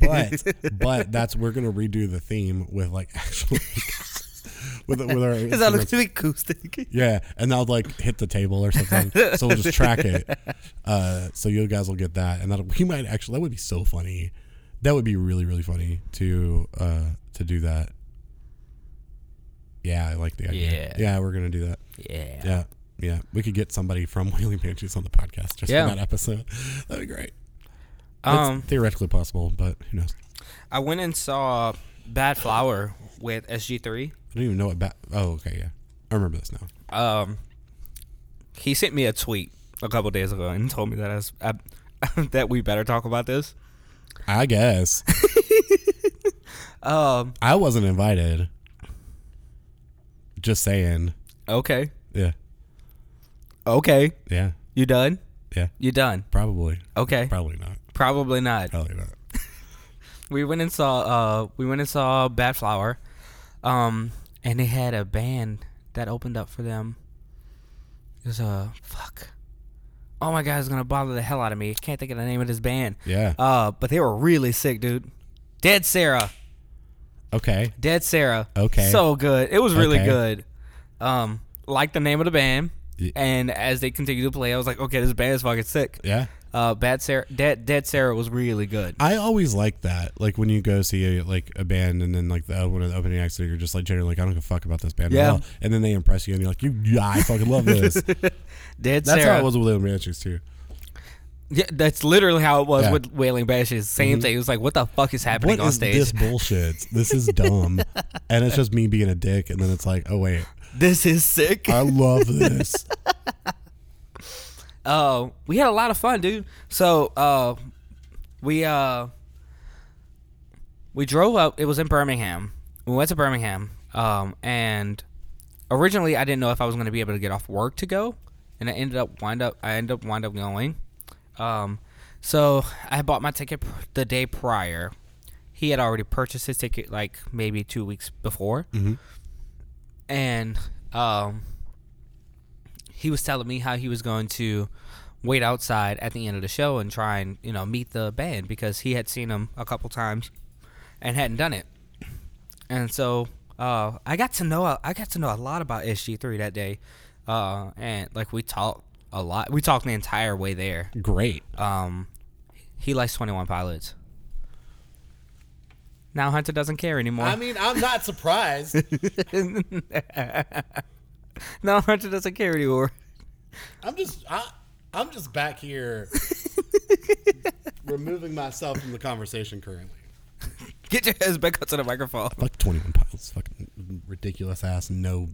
[SPEAKER 2] but but that's we're gonna redo the theme with like actual with with our instruments.
[SPEAKER 1] acoustic?
[SPEAKER 2] yeah, and I'll like hit the table or something. so we'll just track it. Uh, so you guys will get that, and that we might actually that would be so funny. That would be really really funny to uh, to do that. Yeah, I like the idea.
[SPEAKER 1] Yeah.
[SPEAKER 2] we're gonna do that.
[SPEAKER 1] Yeah.
[SPEAKER 2] Yeah, yeah, we could get somebody from Wailing Banshees on the podcast just
[SPEAKER 1] Yeah.
[SPEAKER 2] for that episode. That'd be great. That's
[SPEAKER 1] Um,
[SPEAKER 2] theoretically possible, but who knows.
[SPEAKER 1] I went and saw Bad Flower with SG3.
[SPEAKER 2] I don't even know what bat. Oh, okay, yeah. I remember this now.
[SPEAKER 1] Um, he sent me a tweet a couple days ago and told me that I, was, I that we better talk about this.
[SPEAKER 2] I guess
[SPEAKER 1] Um,
[SPEAKER 2] I wasn't invited. Just saying.
[SPEAKER 1] okay,
[SPEAKER 2] Yeah,
[SPEAKER 1] okay,
[SPEAKER 2] yeah,
[SPEAKER 1] you done?
[SPEAKER 2] yeah.
[SPEAKER 1] You done?
[SPEAKER 2] Probably,
[SPEAKER 1] Okay,
[SPEAKER 2] probably not.
[SPEAKER 1] probably not.
[SPEAKER 2] Probably not.
[SPEAKER 1] we went and saw uh we went and saw Bad Flower, um, and they had a band that opened up for them. It was a fuck. Oh my god, it's gonna bother the hell out of me. Can't think of the name of this band.
[SPEAKER 2] Yeah.
[SPEAKER 1] Uh, but they were really sick, dude. Dead Sarah,
[SPEAKER 2] Okay.
[SPEAKER 1] Dead Sarah.
[SPEAKER 2] Okay.
[SPEAKER 1] So good. It was really
[SPEAKER 2] Okay.
[SPEAKER 1] good. Um, like the name of the band.
[SPEAKER 2] Y-
[SPEAKER 1] And as they continued to play, I was like, okay, this band is fucking sick.
[SPEAKER 2] Yeah.
[SPEAKER 1] Uh, Bad Sarah, Dead, Dead Sarah was really good.
[SPEAKER 2] I always like that. Like when you go see a, like a band and then like the uh, one of the opening acts, you're just like generally like I don't give a fuck about this band
[SPEAKER 1] Yeah.
[SPEAKER 2] at all. And then they impress you and you're like, you, yeah, I fucking love this. That's
[SPEAKER 1] Dead
[SPEAKER 2] how
[SPEAKER 1] Sarah
[SPEAKER 2] it was with Little Mansions too.
[SPEAKER 1] Yeah, that's literally how it was
[SPEAKER 2] Yeah. Mm-hmm.
[SPEAKER 1] with Wailing Bashes. Same thing. It was like, what the fuck is happening
[SPEAKER 2] What
[SPEAKER 1] on
[SPEAKER 2] is
[SPEAKER 1] stage?
[SPEAKER 2] this bullshit? This is dumb. and it's just me being a dick. And then it's like, oh wait,
[SPEAKER 1] This is sick.
[SPEAKER 2] I love this.
[SPEAKER 1] uh, we had a lot of fun, dude. So uh, we uh, we drove up. It was in Birmingham. We went to Birmingham, um, and originally I didn't know if I was going to be able to get off work to go, and I ended up wind up I ended up wind up going. Um, so I bought my ticket pr- the day prior. He had already purchased his ticket like maybe two weeks before, and um, he was telling me how he was going to wait outside at the end of the show and try and you know meet the band because he had seen them a couple times and hadn't done it and so uh, I got to know I got to know a lot about SG3 that day, uh, and like we talked a lot. We talked the entire way there.
[SPEAKER 2] Great.
[SPEAKER 1] Um, he likes Twenty One Pilots. Now Hunter doesn't care anymore.
[SPEAKER 2] Uh,
[SPEAKER 3] I mean, I'm not surprised.
[SPEAKER 1] now Hunter doesn't care anymore.
[SPEAKER 3] I'm just I, I'm just back here
[SPEAKER 2] Removing myself from the conversation currently.
[SPEAKER 1] Get your ass back up to the microphone.
[SPEAKER 2] Fuck 21 Pilots. Fucking ridiculous ass. No.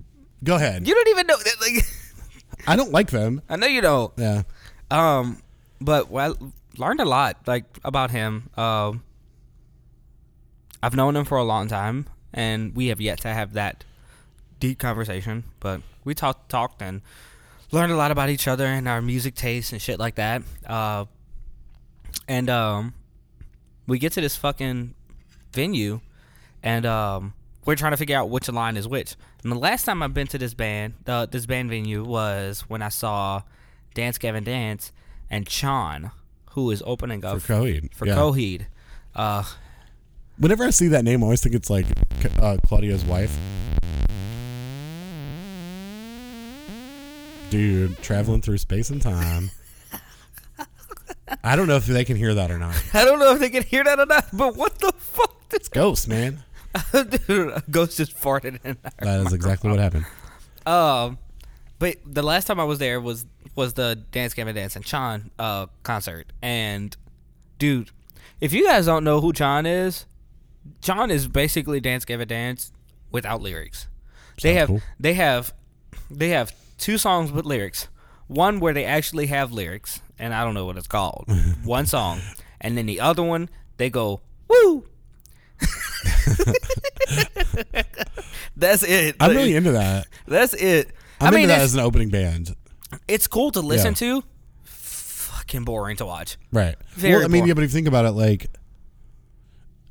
[SPEAKER 2] Go ahead.
[SPEAKER 1] You don't even know that. Like,
[SPEAKER 2] I don't like them.
[SPEAKER 1] I know you don't.
[SPEAKER 2] Yeah.
[SPEAKER 1] Um, but well, learned a lot like about him. Um, I've known him for a long time, and we have yet to have that deep conversation. But we talked, talked, and learned a lot about each other and our music tastes and shit like that. Uh, and um, we get to this fucking venue, and um, we're trying to figure out which line is which. And the last time I've been to this band, uh, this band venue was when I saw Dance Gavin Dance and Chon, who is opening up
[SPEAKER 2] For Coheed,
[SPEAKER 1] For
[SPEAKER 2] yeah.
[SPEAKER 1] Coheed. Uh,
[SPEAKER 2] Whenever I see that name, I always think it's like uh, Claudio's wife. Dude, traveling through space and time. I don't know if they can hear that or not.
[SPEAKER 1] I don't know if they can hear that or not, but what the fuck? This
[SPEAKER 2] Ghosts, man.
[SPEAKER 1] Dude, a ghost just farted in there.
[SPEAKER 2] That is exactly what happened.
[SPEAKER 1] Um, but the last time I was there was was the Dance Gavin Dance and Chan uh concert, and dude, if you guys don't know who Chan is, Chan is basically Dance Gavin Dance without lyrics. They
[SPEAKER 2] Sounds
[SPEAKER 1] have
[SPEAKER 2] cool.
[SPEAKER 1] they have they have two songs with lyrics. One where they actually have lyrics, and I don't know what it's called. one song, and then the other one they go woo. That's it.
[SPEAKER 2] I'm
[SPEAKER 1] Like,
[SPEAKER 2] really into that.
[SPEAKER 1] that's it. i
[SPEAKER 2] I'm
[SPEAKER 1] mean,
[SPEAKER 2] into that
[SPEAKER 1] it's,
[SPEAKER 2] as an opening band.
[SPEAKER 1] it's cool to listen
[SPEAKER 2] Yeah.
[SPEAKER 1] to. Fucking boring to watch.
[SPEAKER 2] Right.
[SPEAKER 1] Very
[SPEAKER 2] well, I mean,
[SPEAKER 1] boring.
[SPEAKER 2] yeah, but if you think about it, like,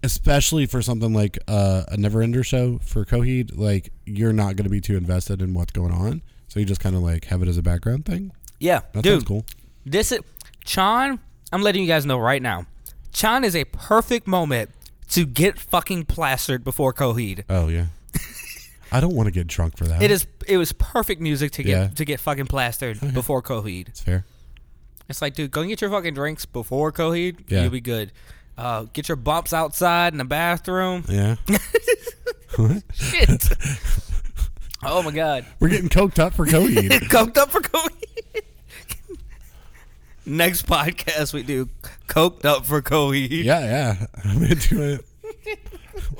[SPEAKER 2] especially for something like uh, a Never Ender show for Coheed, like, you're not going to be too invested in what's going on. So you just kind of like have it as a background thing.
[SPEAKER 1] Yeah,
[SPEAKER 2] That
[SPEAKER 1] dude.
[SPEAKER 2] sounds cool.
[SPEAKER 1] This is Chan. I'm letting you guys know right now. Chan is a perfect moment to get fucking plastered before Coheed.
[SPEAKER 2] Oh, yeah. I don't want to get drunk for that.
[SPEAKER 1] It is. It was perfect music to get
[SPEAKER 2] Yeah.
[SPEAKER 1] to get fucking plastered before Coheed.
[SPEAKER 2] It's fair.
[SPEAKER 1] It's like, dude, go and get your fucking drinks before Coheed.
[SPEAKER 2] Yeah.
[SPEAKER 1] You'll be good. Uh, get your bumps outside in the bathroom.
[SPEAKER 2] Yeah. What?
[SPEAKER 1] Shit. oh my god.
[SPEAKER 2] We're getting coked up for Coheed.
[SPEAKER 1] coked up for Coheed. Next podcast we do coked up for Coheed.
[SPEAKER 2] yeah, yeah. I'm into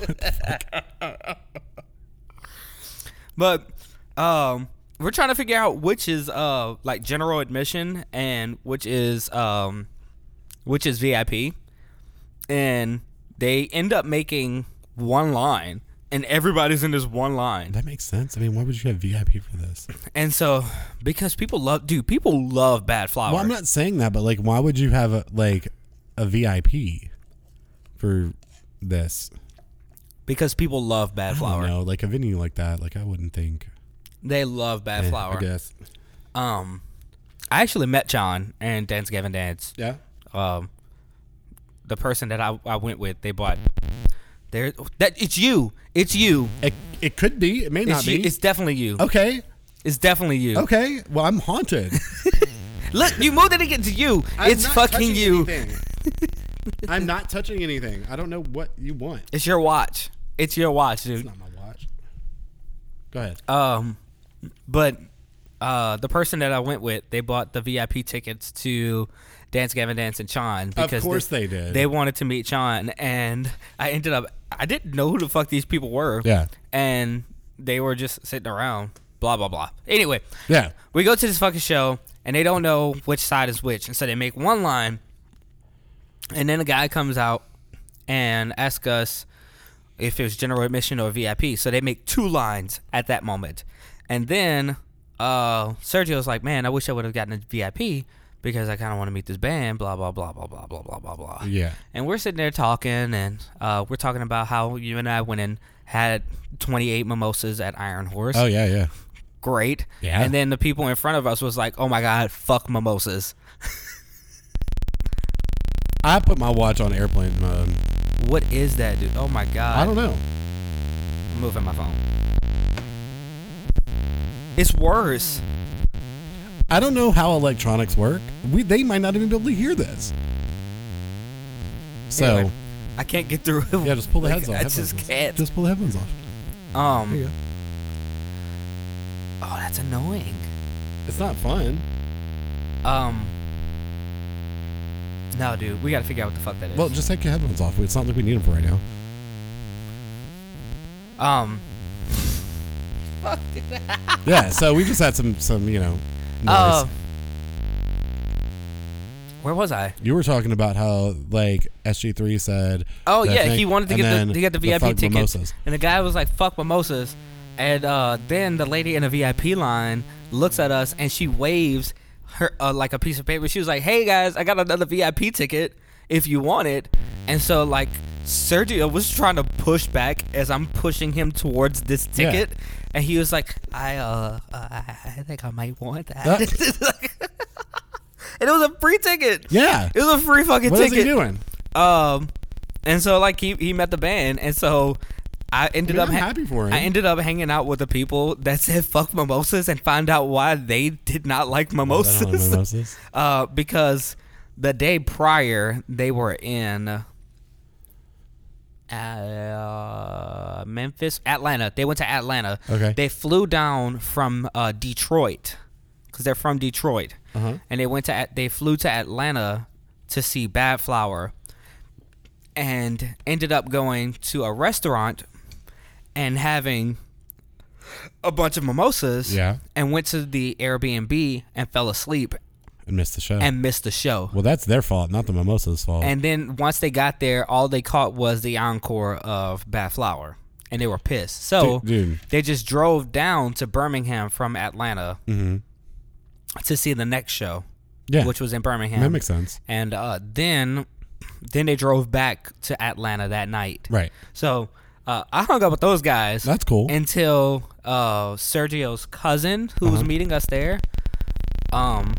[SPEAKER 2] it.
[SPEAKER 1] But um, we're trying to figure out which is uh like general admission and which is um, which is VIP, and they end up making one line, and everybody's in this one line.
[SPEAKER 2] That makes sense. I mean, why would you have VIP for this?
[SPEAKER 1] And so because people love, dude, people love Bad Flower.
[SPEAKER 2] Well, I'm not saying that, but like, why would you have a like a VIP for this?
[SPEAKER 1] because people love Bad
[SPEAKER 2] I don't
[SPEAKER 1] Flower.
[SPEAKER 2] know, like a venue like that. Like, I wouldn't think.
[SPEAKER 1] They love Bad
[SPEAKER 2] Eh,
[SPEAKER 1] Flower.
[SPEAKER 2] I guess.
[SPEAKER 1] Um, I actually met John and Dance Gavin Dance.
[SPEAKER 2] Yeah.
[SPEAKER 1] Um, the person that I, I went with, they bought. There, that it's you. It's you.
[SPEAKER 2] It, it could be. It may
[SPEAKER 1] It's
[SPEAKER 2] not
[SPEAKER 1] you.
[SPEAKER 2] be.
[SPEAKER 1] It's definitely you.
[SPEAKER 2] okay.
[SPEAKER 1] It's definitely you.
[SPEAKER 2] Okay. Well, I'm haunted.
[SPEAKER 1] Look, you moved it against you.
[SPEAKER 2] I'm
[SPEAKER 1] it's
[SPEAKER 2] not
[SPEAKER 1] fucking
[SPEAKER 2] touching
[SPEAKER 1] you.
[SPEAKER 2] anything. I'm not touching anything. I don't know what you want.
[SPEAKER 1] It's your watch. It's your watch, dude.
[SPEAKER 2] It's not my watch. Go ahead.
[SPEAKER 1] Um, but uh, the person that I went with, they bought the VIP tickets to Dance Gavin Dance and Sean because
[SPEAKER 2] course they did.
[SPEAKER 1] They wanted to meet Sean, and I ended up I didn't know who the fuck these people were.
[SPEAKER 2] Yeah.
[SPEAKER 1] and they were just sitting around, blah blah blah. Anyway,
[SPEAKER 2] Yeah.
[SPEAKER 1] we go to this fucking show, and they don't know which side is which, and so they make one line, and then a guy comes out and asks us if it was general admission or VIP. So they make two lines at that moment, and then uh, Sergio's like, "Man, I wish I would have gotten a VIP because I kind of want to meet this band." Blah blah blah blah blah blah blah blah blah.
[SPEAKER 2] Yeah.
[SPEAKER 1] And we're sitting there talking, and uh, we're talking about how you and I went and had 28 mimosas at Iron Horse
[SPEAKER 2] Oh yeah, yeah.
[SPEAKER 1] great.
[SPEAKER 2] Yeah.
[SPEAKER 1] And then the people in front of us was like, "Oh my god, fuck mimosas."
[SPEAKER 2] I put my watch on airplane mode.
[SPEAKER 1] What is that, dude? Oh my god.
[SPEAKER 2] I don't know.
[SPEAKER 1] I'm moving my phone. It's worse.
[SPEAKER 2] I don't know how electronics work. We they might not even be able to hear this. So
[SPEAKER 1] Anyway, I can't get through. it.
[SPEAKER 2] yeah, just pull the
[SPEAKER 1] Like,
[SPEAKER 2] heads off.
[SPEAKER 1] I
[SPEAKER 2] headphones
[SPEAKER 1] just
[SPEAKER 2] off.
[SPEAKER 1] can't.
[SPEAKER 2] Just pull the headphones off. There
[SPEAKER 1] um.
[SPEAKER 2] you go.
[SPEAKER 1] Oh, that's annoying.
[SPEAKER 2] It's not fun.
[SPEAKER 1] Um. No, dude, we gotta figure out what the fuck that is.
[SPEAKER 2] Well, just take your headphones off. It's not like we need them for right now.
[SPEAKER 1] um.
[SPEAKER 2] Yeah. So we just had some some you know. Noise.
[SPEAKER 1] Uh, where was I?
[SPEAKER 2] You were talking about how like SG3 said.
[SPEAKER 1] Oh
[SPEAKER 2] that
[SPEAKER 1] yeah,
[SPEAKER 2] thing,
[SPEAKER 1] he wanted to
[SPEAKER 2] and
[SPEAKER 1] get
[SPEAKER 2] then
[SPEAKER 1] the, to get the VIP
[SPEAKER 2] fuck
[SPEAKER 1] tickets,
[SPEAKER 2] mimosas.
[SPEAKER 1] and the guy was like, "Fuck mimosas," and uh, then the lady in the VIP line looks at us and she waves her uh, like a piece of paper. She was like, "Hey guys, I got another VIP ticket if you want it," and so like Sergio was trying to push back as I'm pushing him towards this
[SPEAKER 2] Yeah.
[SPEAKER 1] ticket, and he was like, "I uh, uh, I think I might want that," and it was a free ticket.
[SPEAKER 2] Yeah.
[SPEAKER 1] It was a free fucking
[SPEAKER 2] What is
[SPEAKER 1] ticket.
[SPEAKER 2] he doing?
[SPEAKER 1] Um, and so like he he met the band, and so I ended
[SPEAKER 2] mean,
[SPEAKER 1] up
[SPEAKER 2] I'm happy for him.
[SPEAKER 1] I ended up hanging out with the people that said fuck mimosas and find out why they did not like mimosas.
[SPEAKER 2] mimosas.
[SPEAKER 1] uh, because the day prior they were in. Uh, Memphis, Atlanta. They went to Atlanta.
[SPEAKER 2] Okay.
[SPEAKER 1] They flew down from uh, Detroit because they're from Detroit,
[SPEAKER 2] Uh-huh.
[SPEAKER 1] and they went to At- they flew to Atlanta to see Bad Flower, and ended up going to a restaurant and having a bunch of mimosas.
[SPEAKER 2] Yeah.
[SPEAKER 1] And went to the Airbnb and fell asleep
[SPEAKER 2] And missed the show.
[SPEAKER 1] and missed the show.
[SPEAKER 2] well, that's their fault, not the mimosas' fault.
[SPEAKER 1] And then once they got there, all they caught was the encore of Bad Flower, and they were pissed. So
[SPEAKER 2] Dude, dude.
[SPEAKER 1] they just drove down to Birmingham from Atlanta to see the next show,
[SPEAKER 2] Mm-hmm. yeah,
[SPEAKER 1] which was in
[SPEAKER 2] that
[SPEAKER 1] Birmingham.
[SPEAKER 2] makes sense.
[SPEAKER 1] And uh, then, then they drove back to Atlanta that night.
[SPEAKER 2] Right.
[SPEAKER 1] So uh, I hung up with those guys
[SPEAKER 2] That's cool.
[SPEAKER 1] until uh, Sergio's cousin, who
[SPEAKER 2] Uh-huh.
[SPEAKER 1] was meeting us there. Um,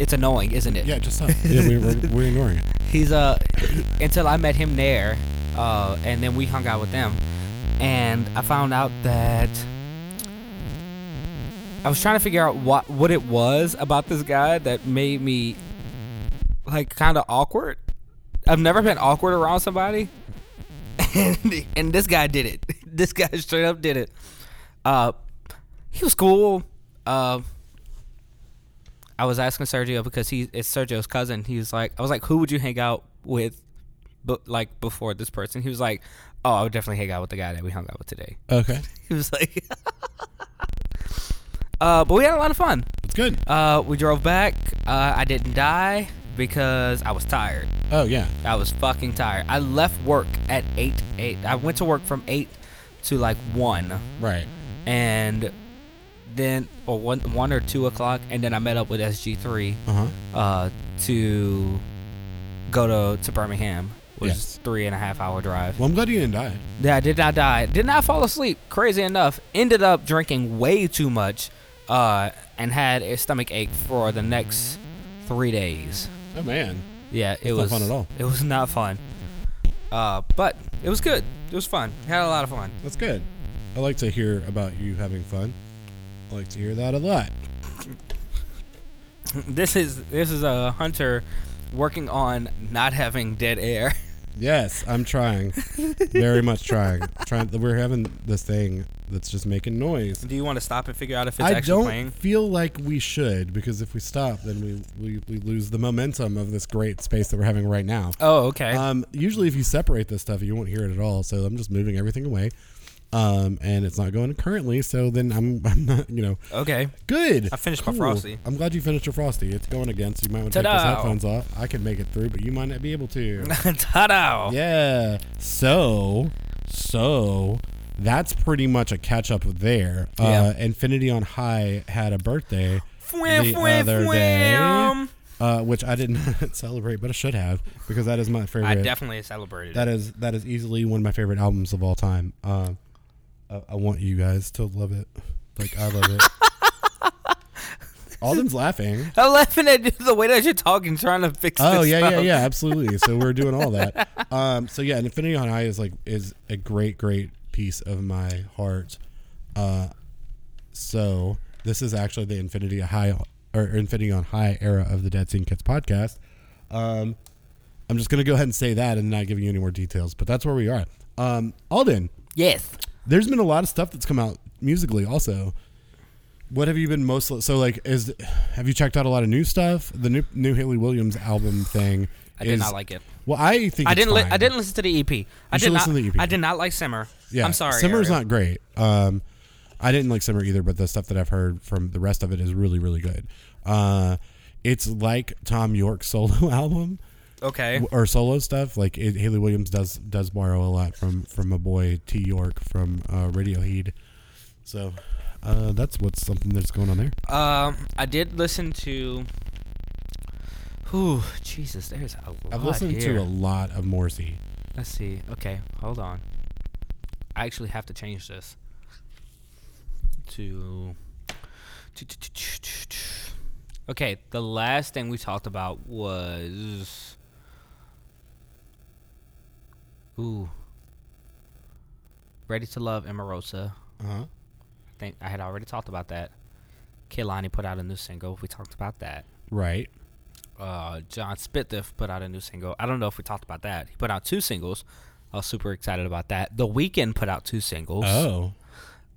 [SPEAKER 1] it's annoying, isn't it?
[SPEAKER 2] yeah, just stop. yeah, we, we're, we're ignoring it.
[SPEAKER 1] he's uh until I met him there, uh, and then we hung out with them, and I found out that I was trying to figure out what what it was about this guy that made me like kind of awkward. I've never been awkward around somebody, and and this guy did it. This guy straight up did it. Uh, he was cool. Uh, I was asking Sergio because he it's Sergio's cousin. He was like, I was like, who would you hang out with, but like before this person? He was like, oh, I would definitely hang out with the guy that we hung out with today.
[SPEAKER 2] Okay,
[SPEAKER 1] He was like, uh, but we had a lot of fun.
[SPEAKER 2] it's good.
[SPEAKER 1] Uh, we drove back. Uh, I didn't die because I was tired.
[SPEAKER 2] Oh yeah,
[SPEAKER 1] I was fucking tired. I left work at eight eight. I went to work from eight to like one
[SPEAKER 2] right.
[SPEAKER 1] and then or one one or two o'clock, and then I met up with SG three
[SPEAKER 2] Uh huh.
[SPEAKER 1] uh, to go to to Birmingham, which
[SPEAKER 2] Yes.
[SPEAKER 1] is three and a half hour drive.
[SPEAKER 2] Well, I'm glad you didn't die.
[SPEAKER 1] Yeah, I did not die. Did not fall asleep. Crazy enough, ended up drinking way too much, uh, and had a stomach ache for the next three days.
[SPEAKER 2] Oh man,
[SPEAKER 1] Yeah, it
[SPEAKER 2] not
[SPEAKER 1] was
[SPEAKER 2] fun at all.
[SPEAKER 1] It was not fun. Uh, but it was good. It was fun. Had a lot of fun.
[SPEAKER 2] that's good. I like to hear about you having fun. I like to hear that a lot.
[SPEAKER 1] This is this is a hunter working on not having dead air.
[SPEAKER 2] Yes, I'm trying, very much trying. Trying. We're having this thing that's just making noise.
[SPEAKER 1] Do you want to stop and figure out if it's
[SPEAKER 2] I
[SPEAKER 1] actually
[SPEAKER 2] don't
[SPEAKER 1] playing?
[SPEAKER 2] feel like we should because if we stop, then we, we we lose the momentum of this great space that we're having right now.
[SPEAKER 1] Oh, okay.
[SPEAKER 2] Um, usually, if you separate this stuff, you won't hear it at all. So I'm just moving everything away, um, and it's not going currently. So then I'm I'm not you know
[SPEAKER 1] okay.
[SPEAKER 2] good.
[SPEAKER 1] I finished my Frosty.
[SPEAKER 2] I'm glad you finished your frosty. It's going again, so you might want to take those
[SPEAKER 1] Ta-da.
[SPEAKER 2] headphones off. I can make it through, but you might not be able to.
[SPEAKER 1] Ta-da!
[SPEAKER 2] yeah. So so. That's pretty much a catch up there. Uh, Infinity on High had a birthday
[SPEAKER 1] Fwam,
[SPEAKER 2] the
[SPEAKER 1] fwam,
[SPEAKER 2] other
[SPEAKER 1] fwam.
[SPEAKER 2] day, uh, which I did not celebrate, but I should have because that is my favorite.
[SPEAKER 1] I definitely celebrated.
[SPEAKER 2] That is that is easily one of my favorite albums of all time. Um, I, I want you guys to love it, like I love it. Alden's laughing.
[SPEAKER 1] I'm laughing at the way that you're talking, trying to fix.
[SPEAKER 2] Oh
[SPEAKER 1] this
[SPEAKER 2] yeah,
[SPEAKER 1] stuff.
[SPEAKER 2] yeah, yeah, absolutely. So we're doing all that. Um, so yeah, and Infinity on High is like is a great, great piece of my heart. Uh, so this is actually the Infinity High or Infinity on High era of the Dead Scene Kids podcast. Um, I'm just gonna go ahead and say that and not give you any more details, but that's where we are. Um, Alden,
[SPEAKER 1] Yes.
[SPEAKER 2] there's been a lot of stuff that's come out musically also what have you been most so like is have you checked out a lot of new stuff the new new haley williams album thing
[SPEAKER 1] I did not like it.
[SPEAKER 2] well i think
[SPEAKER 1] I
[SPEAKER 2] it's
[SPEAKER 1] didn't. Li-
[SPEAKER 2] fine.
[SPEAKER 1] I didn't listen to the EP. I
[SPEAKER 2] You should
[SPEAKER 1] did not.
[SPEAKER 2] listen to the EP.
[SPEAKER 1] I did not like Simmer.
[SPEAKER 2] yeah
[SPEAKER 1] I'm sorry.
[SPEAKER 2] simmer's
[SPEAKER 1] Ariel.
[SPEAKER 2] not great um i didn't like simmer either but the stuff that i've heard from the rest of it is really really good uh it's like tom york's solo album
[SPEAKER 1] okay.
[SPEAKER 2] w- or solo stuff. Like it, Haley Williams does does borrow a lot from from a boy T York from uh, Radiohead. So uh, that's what's something that's going on there.
[SPEAKER 1] Um, I did listen to. Whew, Jesus, there's a lot
[SPEAKER 2] I've listened
[SPEAKER 1] here.
[SPEAKER 2] to a lot of Morrissey.
[SPEAKER 1] Let's see. Okay, hold on. I actually have to change this to. Okay, the last thing we talked about was. Ooh. Ready to Love Emerosa.
[SPEAKER 2] Uh-huh.
[SPEAKER 1] I think I had already talked about that. Kehlani put out a new single. We talked about that.
[SPEAKER 2] Right.
[SPEAKER 1] Uh, John Spitliff put out a new single. I don't know if we talked about that. He put out two singles. I was super excited about that. The Weeknd put out two singles.
[SPEAKER 2] Oh.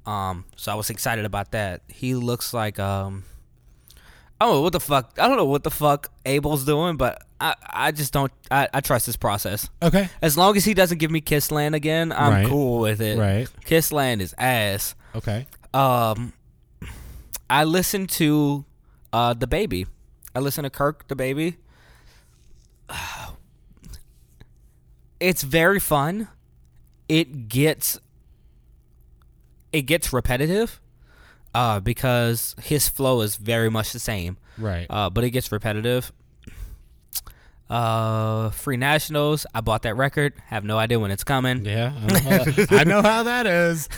[SPEAKER 1] Um, so I was excited about that. He looks like um, I don't know what the fuck. I don't know what the fuck Abel's doing, but I I just don't. I, I trust his process.
[SPEAKER 2] Okay.
[SPEAKER 1] As long as he doesn't give me Kiss Land again, I'm
[SPEAKER 2] Right.
[SPEAKER 1] cool with it.
[SPEAKER 2] Right.
[SPEAKER 1] Kiss Land is ass.
[SPEAKER 2] Okay.
[SPEAKER 1] Um, I listened to uh the baby. I listened to Kirk the baby. It's very fun. It gets it gets repetitive uh, because his flow is very much the same,
[SPEAKER 2] Right.
[SPEAKER 1] uh, but it gets repetitive. Uh, Free Nationals. I bought that record. Have no idea when it's coming.
[SPEAKER 2] yeah. I know, how that, I know how that is.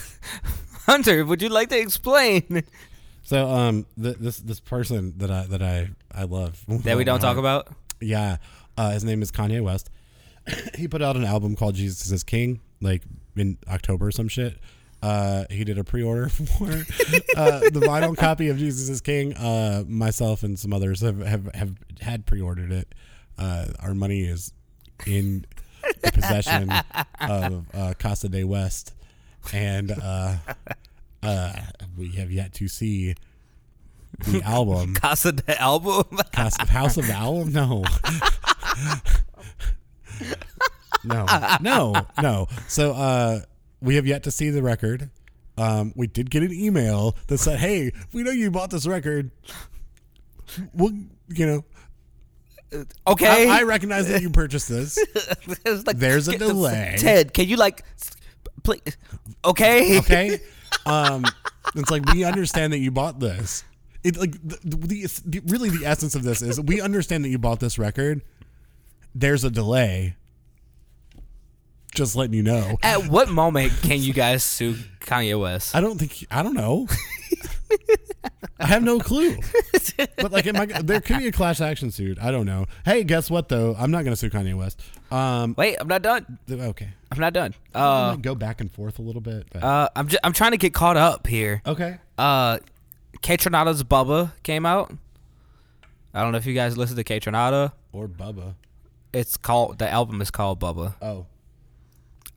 [SPEAKER 1] Hunter, would you like to explain
[SPEAKER 2] So um, th- this this person that I that I I love
[SPEAKER 1] that we don't talk about?
[SPEAKER 2] Yeah. Uh, his name is Kanye West. he put out an album called Jesus is King, like in October or some shit. Uh, he did a pre-order for uh, the vinyl copy of Jesus is King. Uh, myself and some others have, have, have had pre-ordered it. Uh, our money is in the possession of uh, Casa de West, and uh, uh, we have yet to see the album.
[SPEAKER 1] Casa de Album.
[SPEAKER 2] House of, House of the Owl? No. no. No. No. So uh, we have yet to see the record. Um, we did get an email that said, "Hey, we know you bought this record. Well, you know,
[SPEAKER 1] okay.
[SPEAKER 2] I, I recognize that you purchased this.
[SPEAKER 1] It's like,
[SPEAKER 2] there's a
[SPEAKER 1] get the f-
[SPEAKER 2] delay.
[SPEAKER 1] Ted, can you like, s- please? Okay.
[SPEAKER 2] Okay, um, it's like we understand that you bought this. It like the, the, the really the essence of this is we understand that you bought this record. There's a delay. Just letting you know.
[SPEAKER 1] At what moment can you guys sue Kanye West?
[SPEAKER 2] I don't think I don't know. I have no clue. But like, am I, there could be a class action suit. I don't know. Hey, guess what though? I'm not going to sue Kanye West. Um,
[SPEAKER 1] Wait, I'm not done.
[SPEAKER 2] th- okay.
[SPEAKER 1] I'm not done.
[SPEAKER 2] I
[SPEAKER 1] Uh,
[SPEAKER 2] might go back and forth a little bit. But,
[SPEAKER 1] uh, I'm just, I'm trying to get caught up here.
[SPEAKER 2] okay.
[SPEAKER 1] Uh, K Tronada's Bubba came out. I don't know if you guys listen to K Tronada.
[SPEAKER 2] Or Bubba.
[SPEAKER 1] It's called the album is called Bubba.
[SPEAKER 2] Oh.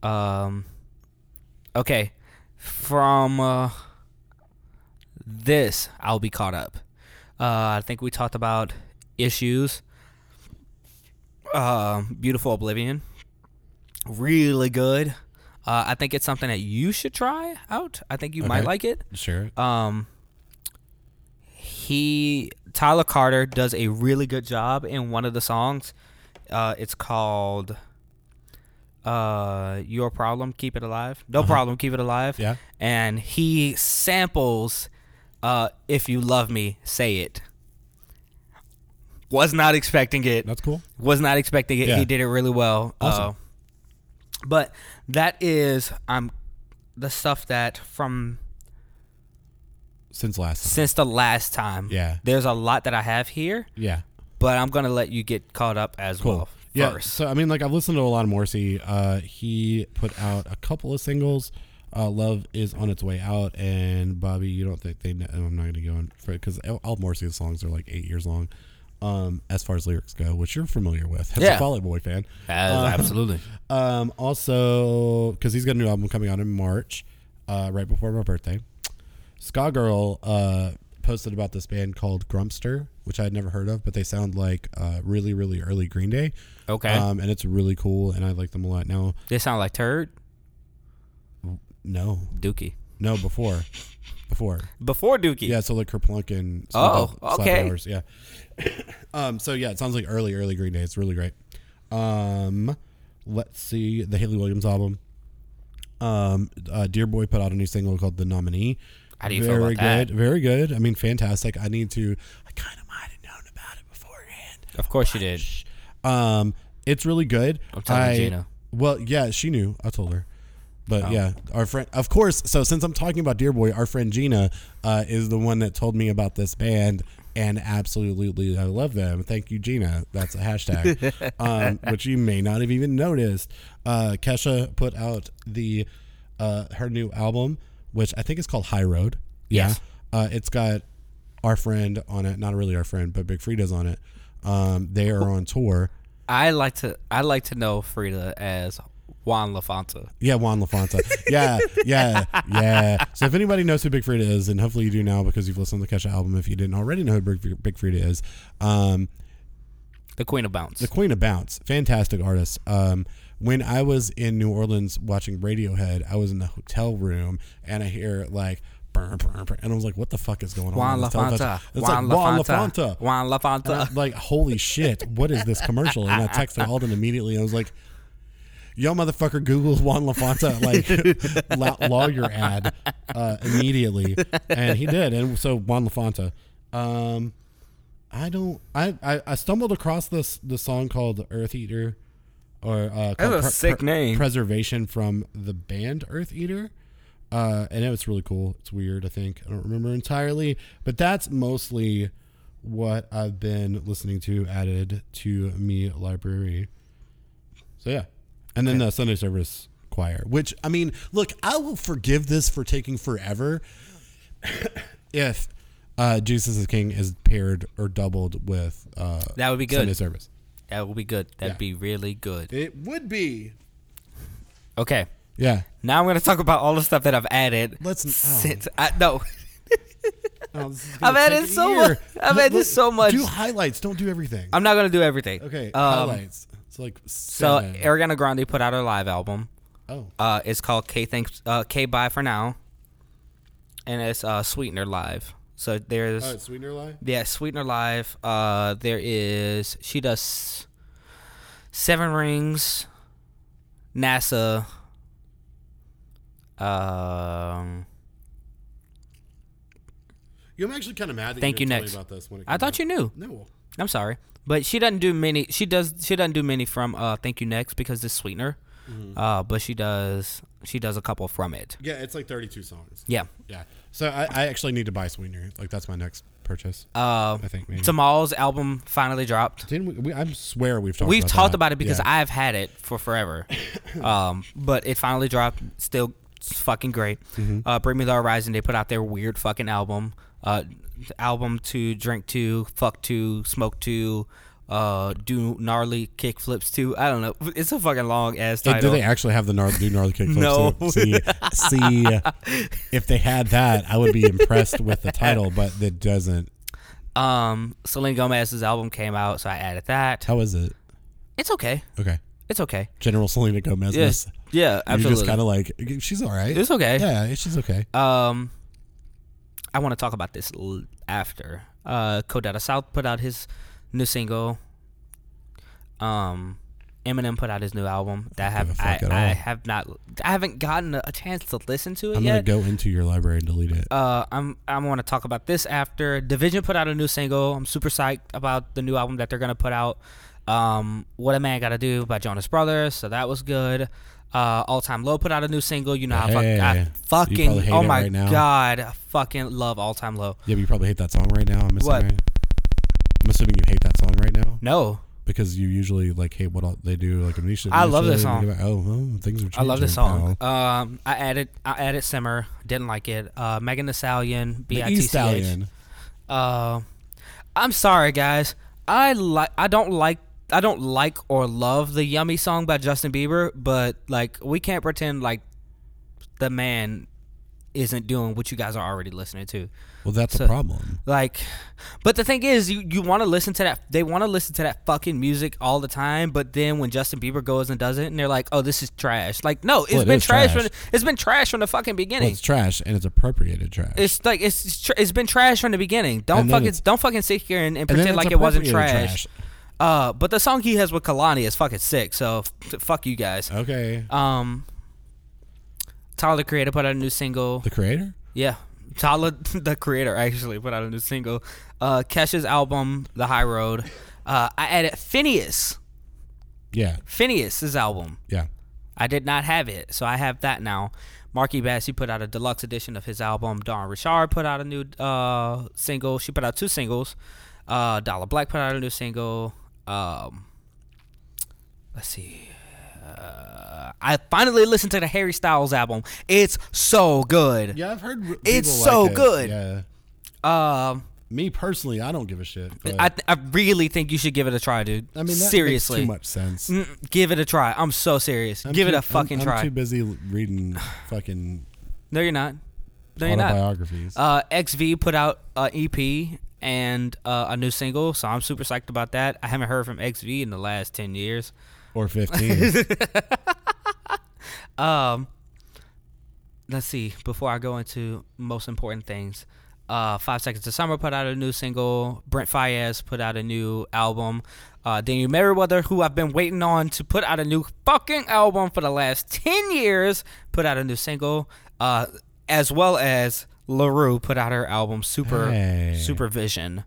[SPEAKER 1] Um, okay, from uh, this I'll be caught up. Uh, I think we talked about issues. Um, beautiful Oblivion, really good. Uh, I think it's something that you should try out. I think you might
[SPEAKER 2] Okay.
[SPEAKER 1] like it.
[SPEAKER 2] Sure.
[SPEAKER 1] Um, he Tyler Carter does a really good job in one of the songs. Uh, it's called uh, "Your Problem, Keep It Alive." No problem, keep it alive.
[SPEAKER 2] Uh-huh. Yeah.
[SPEAKER 1] And he samples uh, "If You Love Me, Say It." Was not expecting it.
[SPEAKER 2] That's cool.
[SPEAKER 1] Was not expecting it.
[SPEAKER 2] Yeah.
[SPEAKER 1] He did it really well.
[SPEAKER 2] Awesome.
[SPEAKER 1] Uh, but that is um, the stuff that from
[SPEAKER 2] Since last time.
[SPEAKER 1] since the last time.
[SPEAKER 2] Yeah.
[SPEAKER 1] There's a lot that I have here,
[SPEAKER 2] yeah.
[SPEAKER 1] but I'm gonna let you get caught up as
[SPEAKER 2] Cool.
[SPEAKER 1] well
[SPEAKER 2] yeah.
[SPEAKER 1] first.
[SPEAKER 2] So I mean, like I've listened to a lot of Morrissey. Uh, he put out a couple of singles. Uh, Love is on its way out, and Bobby, you don't think they? Know, I'm not going to go in for it because all Morrissey songs are like eight years long, um, as far as lyrics go, which you're familiar with as a
[SPEAKER 1] Yeah.
[SPEAKER 2] Fall Out Boy fan.
[SPEAKER 1] absolutely.
[SPEAKER 2] Um, also, because he's got a new album coming out in March, uh, right before my birthday. Ska Girl uh, posted about this band called Grumpster, which I had never heard of, but they sound like uh, really, really early Green Day.
[SPEAKER 1] Okay.
[SPEAKER 2] Um, and it's really cool, and I like them a lot. Now,
[SPEAKER 1] they sound like turd
[SPEAKER 2] no,
[SPEAKER 1] Dookie.
[SPEAKER 2] no, before, before,
[SPEAKER 1] Before Dookie.
[SPEAKER 2] yeah. So like Kerplunk and
[SPEAKER 1] Oh,
[SPEAKER 2] Slap- Slap
[SPEAKER 1] okay.
[SPEAKER 2] Hours, yeah. um, so yeah, it sounds like early, early Green Day. It's really great. Um, let's see the Haley Williams album. Um, uh, Dear Boy put out a new single called "The Nominee."
[SPEAKER 1] How do you feel
[SPEAKER 2] very
[SPEAKER 1] about that?
[SPEAKER 2] good, very good. I mean, fantastic. I need to. I kind of might have known about it beforehand.
[SPEAKER 1] Of course you did.
[SPEAKER 2] Um, it's really good.
[SPEAKER 1] I'm telling
[SPEAKER 2] I,
[SPEAKER 1] Gina.
[SPEAKER 2] Well, yeah, she knew. I told her. But yeah, our friend, of course. So since I'm talking about Dear Boy, our friend Gina uh, is the one that told me about this band, and absolutely, I love them. Thank you, Gina. That's a hashtag, um, which you may not have even noticed. Uh, Kesha put out the uh, her new album, which I think is called High Road. Yeah,
[SPEAKER 1] Yes.
[SPEAKER 2] uh, it's got our friend on it. Not really our friend, but Big Frida's on it. Um, they are on tour.
[SPEAKER 1] I like to I like to know Frida as Juan LaFonta.
[SPEAKER 2] Yeah, Juan LaFonta. Yeah, yeah, yeah. So if anybody knows who Big Frida is, and hopefully you do now because you've listened to the Kesha album, if you didn't already know who Big, Big Frida is, um,
[SPEAKER 1] The Queen of Bounce.
[SPEAKER 2] the Queen of Bounce, fantastic artist. Um, when I was in New Orleans watching Radiohead, I was in the hotel room and I hear like, burn, burn, burn, and I was like, what the fuck is going
[SPEAKER 1] Juan
[SPEAKER 2] on? in this
[SPEAKER 1] LaFonta.
[SPEAKER 2] television? It's
[SPEAKER 1] Juan
[SPEAKER 2] like, Uh-huh.
[SPEAKER 1] LaFonta. Juan
[SPEAKER 2] and
[SPEAKER 1] LaFonta.
[SPEAKER 2] I'm like, holy shit, what is this commercial? And I texted Alden immediately. I was like, yo, motherfucker, Google Juan LaFonta, like, la- lawyer ad uh, immediately. And he did. And so, Juan LaFonta. Um, I don't, I, I, I stumbled across this, this song called Earth Eater. Or, uh, called
[SPEAKER 1] a sick name.
[SPEAKER 2] Preservation from the band Earth Eater. Uh, and it was really cool. It's weird, I think. I don't remember entirely, but that's mostly what I've been listening to added to me library. So yeah. And then the Sunday service choir, which I mean, look, I will forgive this for taking forever if uh, Jesus is King is paired or doubled with uh,
[SPEAKER 1] That would be
[SPEAKER 2] Sunday
[SPEAKER 1] good.
[SPEAKER 2] service.
[SPEAKER 1] That would be good. That'd
[SPEAKER 2] Yeah.
[SPEAKER 1] be really good.
[SPEAKER 2] It would be.
[SPEAKER 1] Okay.
[SPEAKER 2] Yeah.
[SPEAKER 1] Now I'm gonna talk about all the stuff that I've added.
[SPEAKER 2] Let's- oh.
[SPEAKER 1] since I no.
[SPEAKER 2] Oh, this is
[SPEAKER 1] I've
[SPEAKER 2] gonna
[SPEAKER 1] added
[SPEAKER 2] take a
[SPEAKER 1] so
[SPEAKER 2] year.
[SPEAKER 1] much- I've
[SPEAKER 2] Look,
[SPEAKER 1] added
[SPEAKER 2] look,
[SPEAKER 1] so much.
[SPEAKER 2] Do highlights. Don't do everything.
[SPEAKER 1] I'm not gonna do everything.
[SPEAKER 2] okay.
[SPEAKER 1] Um,
[SPEAKER 2] highlights. It's like
[SPEAKER 1] So
[SPEAKER 2] seven.
[SPEAKER 1] Ariana Grande put out her live album.
[SPEAKER 2] Oh,
[SPEAKER 1] Uh, it's called K Thanks uh, K Bye for now, and it's uh, Sweetener live. So there's
[SPEAKER 2] oh, it's sweetener lie.
[SPEAKER 1] yeah Sweetener live. Uh, there is she does Seven Rings, NASA. Um,
[SPEAKER 2] Yo, I'm actually kind of mad that
[SPEAKER 1] Thank
[SPEAKER 2] you,
[SPEAKER 1] you,
[SPEAKER 2] didn't
[SPEAKER 1] next.
[SPEAKER 2] tell me about this when it
[SPEAKER 1] I
[SPEAKER 2] came
[SPEAKER 1] thought you knew.
[SPEAKER 2] out. No.
[SPEAKER 1] I'm sorry, but she doesn't do many. She does. She doesn't do many from uh, Thank You Next because it's Sweetener.
[SPEAKER 2] Mm-hmm.
[SPEAKER 1] Uh, but she does. She does a couple from it.
[SPEAKER 2] Yeah, it's like 32 songs.
[SPEAKER 1] Yeah.
[SPEAKER 2] Yeah. So I, I actually need to buy Sweetener. Like that's my next purchase.
[SPEAKER 1] Uh,
[SPEAKER 2] I think maybe.
[SPEAKER 1] Tamal's album finally dropped.
[SPEAKER 2] Didn't we, we? I swear we've talked.
[SPEAKER 1] We've
[SPEAKER 2] about
[SPEAKER 1] talked
[SPEAKER 2] that.
[SPEAKER 1] about it because
[SPEAKER 2] Yeah.
[SPEAKER 1] I've had it for forever. um, but it finally dropped.
[SPEAKER 2] Mm-hmm.
[SPEAKER 1] Still it's fucking great. Uh, Bring Me the Horizon. They put out their weird fucking album. Uh, album to, drink to, fuck to, smoke to, uh, do gnarly kick flips to. I don't know. It's a fucking long ass
[SPEAKER 2] Hey, do
[SPEAKER 1] title.
[SPEAKER 2] they actually have the gnarly, do gnarly kick flips?
[SPEAKER 1] No.
[SPEAKER 2] too? See, see, if they had that, I would be impressed with the title, but it doesn't.
[SPEAKER 1] um, Selena Gomez's album came out, so I added that.
[SPEAKER 2] How is it?
[SPEAKER 1] It's okay.
[SPEAKER 2] Okay.
[SPEAKER 1] It's okay.
[SPEAKER 2] General Selena Gomez.
[SPEAKER 1] Yeah,
[SPEAKER 2] Yes.
[SPEAKER 1] yeah,
[SPEAKER 2] You're just
[SPEAKER 1] absolutely.
[SPEAKER 2] kind of like, she's all right.
[SPEAKER 1] it's okay.
[SPEAKER 2] Yeah, she's okay.
[SPEAKER 1] Um, I want to talk about this l- after. Uh, Kodata South put out his new single. Um, Eminem put out his new album. That
[SPEAKER 2] don't give
[SPEAKER 1] have
[SPEAKER 2] a
[SPEAKER 1] I,
[SPEAKER 2] fuck at
[SPEAKER 1] I
[SPEAKER 2] all.
[SPEAKER 1] have not I haven't gotten a, a chance to listen to it
[SPEAKER 2] I'm
[SPEAKER 1] yet.
[SPEAKER 2] going to go into your library and delete it.
[SPEAKER 1] uh, I'm I want to talk about this after Division put out a new single. I'm super psyched about the new album that they're gonna put out. Um, what a man gotta do by Jonas Brothers, so that was good. Uh, All Time Low put out a new single. You know, how
[SPEAKER 2] Hey,
[SPEAKER 1] I
[SPEAKER 2] you
[SPEAKER 1] fuck, I
[SPEAKER 2] probably
[SPEAKER 1] fucking
[SPEAKER 2] hate
[SPEAKER 1] oh
[SPEAKER 2] it
[SPEAKER 1] my
[SPEAKER 2] right now.
[SPEAKER 1] god, I fucking love All Time Low.
[SPEAKER 2] Yeah, but you probably hate that song right now. I'm assuming.
[SPEAKER 1] What?
[SPEAKER 2] I'm assuming you hate that song right now
[SPEAKER 1] No,
[SPEAKER 2] because you usually like hate what all, they do. Like Amnesia.
[SPEAKER 1] I love this
[SPEAKER 2] Amnesia, Oh, oh, things are changing.
[SPEAKER 1] I love this song.
[SPEAKER 2] pal.
[SPEAKER 1] Um, I added I added Simmer, didn't like it. Uh, Megan Thee Stallion, B I
[SPEAKER 2] The
[SPEAKER 1] T
[SPEAKER 2] E
[SPEAKER 1] C H.
[SPEAKER 2] Stallion.
[SPEAKER 1] Uh, I'm sorry, guys. I like. I don't like. I don't like or love the "Yummy" song by Justin Bieber, but like we can't pretend like the man isn't doing what you guys are already listening to.
[SPEAKER 2] Well, that's
[SPEAKER 1] So-
[SPEAKER 2] a problem.
[SPEAKER 1] Like, but the thing is, you you want to listen to that. They want to listen to that fucking music all the time. But then when Justin Bieber goes and does it, and they're like, "Oh, this is trash." Like, no, it's
[SPEAKER 2] Well, it
[SPEAKER 1] been
[SPEAKER 2] is
[SPEAKER 1] trash.
[SPEAKER 2] trash.
[SPEAKER 1] From, it's been trash from the fucking
[SPEAKER 2] Well,
[SPEAKER 1] beginning.
[SPEAKER 2] it's trash and it's appropriated trash.
[SPEAKER 1] It's like it's it's tr- it's been trash from the beginning. Don't
[SPEAKER 2] And then
[SPEAKER 1] fucking
[SPEAKER 2] it's-
[SPEAKER 1] don't fucking sit here and, and
[SPEAKER 2] And then
[SPEAKER 1] pretend
[SPEAKER 2] it's
[SPEAKER 1] like it wasn't
[SPEAKER 2] appropriated
[SPEAKER 1] trash. Uh, but the song he has with Kalani is fucking sick. So f- fuck you guys.
[SPEAKER 2] Uh, Okay.
[SPEAKER 1] Um, Tyler the Creator put out a new single.
[SPEAKER 2] the creator.
[SPEAKER 1] Yeah, Tyler the Creator actually put out a new single. Uh, Kesha's album The High Road. Uh, I added Phineas.
[SPEAKER 2] Yeah.
[SPEAKER 1] Phineas's album.
[SPEAKER 2] Yeah.
[SPEAKER 1] I did not have it, so I have that now. Marky Bass, he put out a deluxe edition of his album. Dawn Richard put out a new uh, single. She put out two singles. Uh, Dollar Black put out a new single. Um, let's see. Uh, I finally listened to the Harry Styles album. It's so good.
[SPEAKER 2] Yeah, I've heard. r-
[SPEAKER 1] It's
[SPEAKER 2] people
[SPEAKER 1] so
[SPEAKER 2] like it.
[SPEAKER 1] good.
[SPEAKER 2] Yeah.
[SPEAKER 1] Um,
[SPEAKER 2] Me personally, I don't give a shit. But,
[SPEAKER 1] I, I really think you should give it a try, dude.
[SPEAKER 2] I mean, that makes
[SPEAKER 1] seriously,
[SPEAKER 2] too much sense.
[SPEAKER 1] Mm, give it a try. I'm so serious.
[SPEAKER 2] I'm
[SPEAKER 1] give
[SPEAKER 2] too-
[SPEAKER 1] it a
[SPEAKER 2] I'm-
[SPEAKER 1] fucking
[SPEAKER 2] I'm
[SPEAKER 1] try.
[SPEAKER 2] too busy l- reading fucking
[SPEAKER 1] no, you're not. No, you're not.
[SPEAKER 2] autobiographies.
[SPEAKER 1] Uh, XV put out an EP and uh, a new single, so I'm super psyched about that. I haven't heard from XV in the last 10 years.
[SPEAKER 2] Or 15.
[SPEAKER 1] Um, let's see, before I go into most important things, uh, Five Seconds to Summer put out a new single, Brent Fayez put out a new album, uh, Daniel Merriweather, who I've been waiting on to put out a new fucking album for the last 10 years, put out a new single, uh, as well as LaRue put out her album, Super
[SPEAKER 2] Hey.
[SPEAKER 1] Supervision.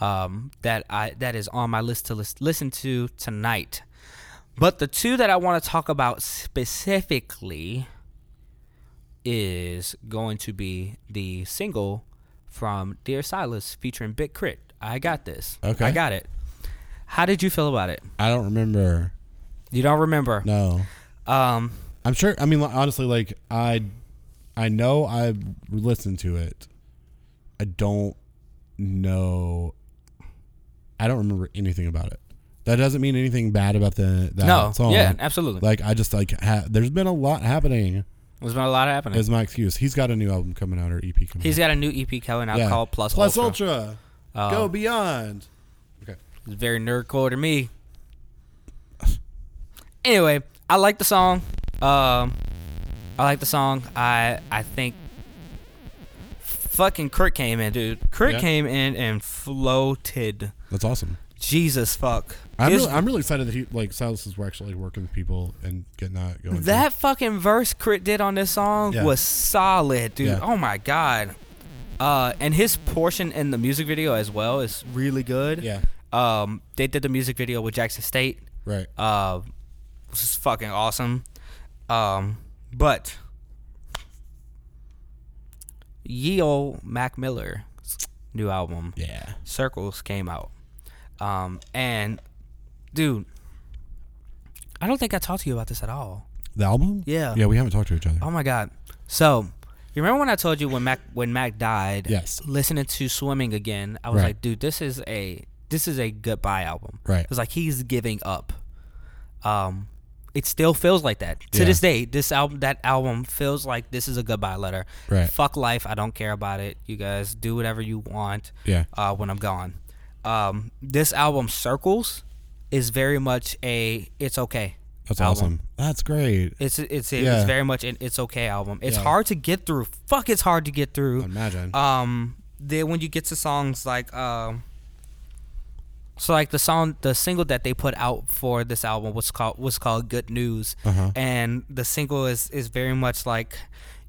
[SPEAKER 1] Um, that I that is on my list to lis- listen to tonight. But the two that I want to talk about specifically is going to be the single from Dear Silas featuring Big Crit. I got this.
[SPEAKER 2] Okay.
[SPEAKER 1] I got it. How did you feel about it?
[SPEAKER 2] I don't remember.
[SPEAKER 1] You don't remember.
[SPEAKER 2] No.
[SPEAKER 1] Um
[SPEAKER 2] I'm sure. I mean, li- honestly, like I, I know I listened to it. I don't know. I don't remember anything about it. That doesn't mean anything bad about the that
[SPEAKER 1] no.
[SPEAKER 2] song.
[SPEAKER 1] Yeah, absolutely.
[SPEAKER 2] Like I just like ha- there's been a lot happening.
[SPEAKER 1] There's been a lot happening.
[SPEAKER 2] Is my excuse. He's got a new album coming out or EP coming.
[SPEAKER 1] He's
[SPEAKER 2] out.
[SPEAKER 1] got a new EP coming out
[SPEAKER 2] Yeah.
[SPEAKER 1] called Plus,
[SPEAKER 2] Plus
[SPEAKER 1] Ultra.
[SPEAKER 2] Ultra.
[SPEAKER 1] Uh,
[SPEAKER 2] Go beyond. Okay.
[SPEAKER 1] It's very nerdcore to me. Anyway, I like the song. Um, I like the song. I I think fucking Kurt came in, dude. Kurt
[SPEAKER 2] Yeah.
[SPEAKER 1] came in and floated.
[SPEAKER 2] That's awesome.
[SPEAKER 1] Jesus fuck.
[SPEAKER 2] I'm
[SPEAKER 1] His-
[SPEAKER 2] really, I'm really excited that he like Silas is actually working with people and getting that going.
[SPEAKER 1] that fucking verse Crit did on this song
[SPEAKER 2] Yeah.
[SPEAKER 1] was solid, dude.
[SPEAKER 2] Yeah.
[SPEAKER 1] Oh my god. Uh, and his portion in the music video as well is really good.
[SPEAKER 2] Yeah.
[SPEAKER 1] Um, they did the music video with Jackson State.
[SPEAKER 2] Right.
[SPEAKER 1] uh, which is fucking awesome. Um, but ye old Mac Miller's new album
[SPEAKER 2] Yeah.
[SPEAKER 1] Circles came out, um, and dude, I don't think I talked to you about this at all.
[SPEAKER 2] The album?
[SPEAKER 1] Yeah.
[SPEAKER 2] Yeah, we haven't talked to each other.
[SPEAKER 1] Oh my god. So You remember when I told you when Mac when Mac died?
[SPEAKER 2] Yes.
[SPEAKER 1] Listening to Swimming again, I was
[SPEAKER 2] Right.
[SPEAKER 1] like, dude, this is a this is a goodbye album.
[SPEAKER 2] Right.
[SPEAKER 1] It was like he's giving up. Um, it still feels like that to
[SPEAKER 2] Yeah.
[SPEAKER 1] this day. This album, that album, feels like this is a goodbye letter.
[SPEAKER 2] Right.
[SPEAKER 1] Fuck life. I don't care about it. You guys do whatever you want.
[SPEAKER 2] Yeah.
[SPEAKER 1] Uh, when I'm gone. Um, this album, Circles, is very much a it's okay.
[SPEAKER 2] That's
[SPEAKER 1] album.
[SPEAKER 2] awesome. That's great.
[SPEAKER 1] It's it's it's
[SPEAKER 2] Yeah.
[SPEAKER 1] very much an it's okay album. It's
[SPEAKER 2] Yeah.
[SPEAKER 1] hard to get through. Fuck, it's hard to get through.
[SPEAKER 2] Imagine.
[SPEAKER 1] Um, then when you get to songs like um, so like the song, the single that they put out for this album was called was called Good News,
[SPEAKER 2] Uh-huh.
[SPEAKER 1] and the single is is very much like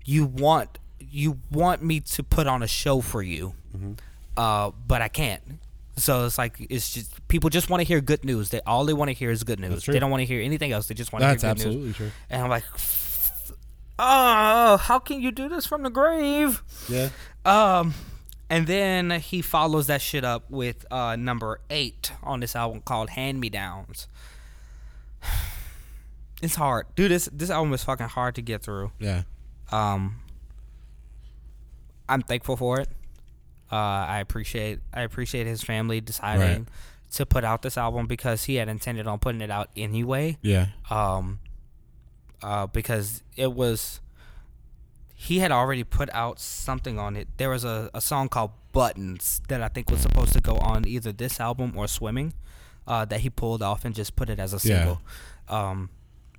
[SPEAKER 1] you want you want me to put on a show for you,
[SPEAKER 2] Mm-hmm.
[SPEAKER 1] uh, but I can't. So it's like it's just people just want to hear good news. They all they want to hear is good news.
[SPEAKER 2] true.
[SPEAKER 1] They don't want to hear anything else. They just want to hear
[SPEAKER 2] That's
[SPEAKER 1] good news.
[SPEAKER 2] absolutely true.
[SPEAKER 1] And I'm like, oh, how can you do this from the grave?
[SPEAKER 2] Yeah.
[SPEAKER 1] Um, and then he follows that shit up with uh, number eight on this album called "Hand Me Downs." It's hard, dude. This this album is fucking hard to get through.
[SPEAKER 2] Yeah.
[SPEAKER 1] Um, I'm thankful for it. Uh, I appreciate I appreciate his family deciding
[SPEAKER 2] Right.
[SPEAKER 1] to put out this album because he had intended on putting it out anyway
[SPEAKER 2] Yeah.
[SPEAKER 1] um, uh, because it was he had already put out something on it. There was a, a song called Buttons that I think was supposed to go on either this album or Swimming, uh, that he pulled off and just put it as a
[SPEAKER 2] Yeah.
[SPEAKER 1] single. Um,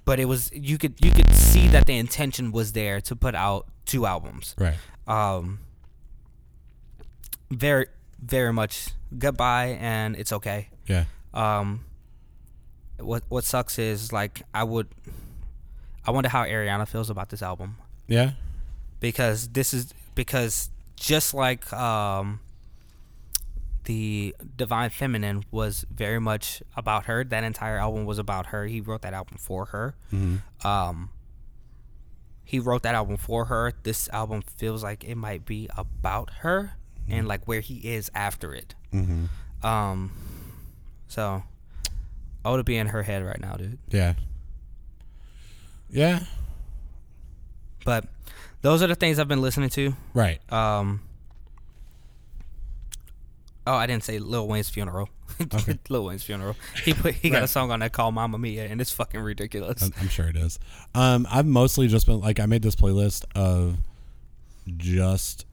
[SPEAKER 1] but it was you could you could see that the intention was there to put out two albums.
[SPEAKER 2] Right.
[SPEAKER 1] Um, very very much goodbye and it's okay
[SPEAKER 2] Yeah.
[SPEAKER 1] um what what sucks is like I would I wonder how Ariana feels about this album
[SPEAKER 2] Yeah.
[SPEAKER 1] because this is because just like um the Divine Feminine was very much about her. That entire album was about her. He wrote that album for her. Um he wrote that album for her. This album feels like it might be about her and like where he is after it.
[SPEAKER 2] Mm-hmm.
[SPEAKER 1] Um, so I would be in her head right now, dude.
[SPEAKER 2] Yeah. Yeah.
[SPEAKER 1] But those are the things I've been listening to.
[SPEAKER 2] Right.
[SPEAKER 1] Um, oh, I didn't say Lil Wayne's funeral.
[SPEAKER 2] Okay.
[SPEAKER 1] Lil Wayne's funeral. He put he got a
[SPEAKER 2] Right. Uh,
[SPEAKER 1] song on that called "Mamma Mia," and it's fucking ridiculous.
[SPEAKER 2] I'm, I'm sure it is. Um, I've mostly just been like I made this playlist of just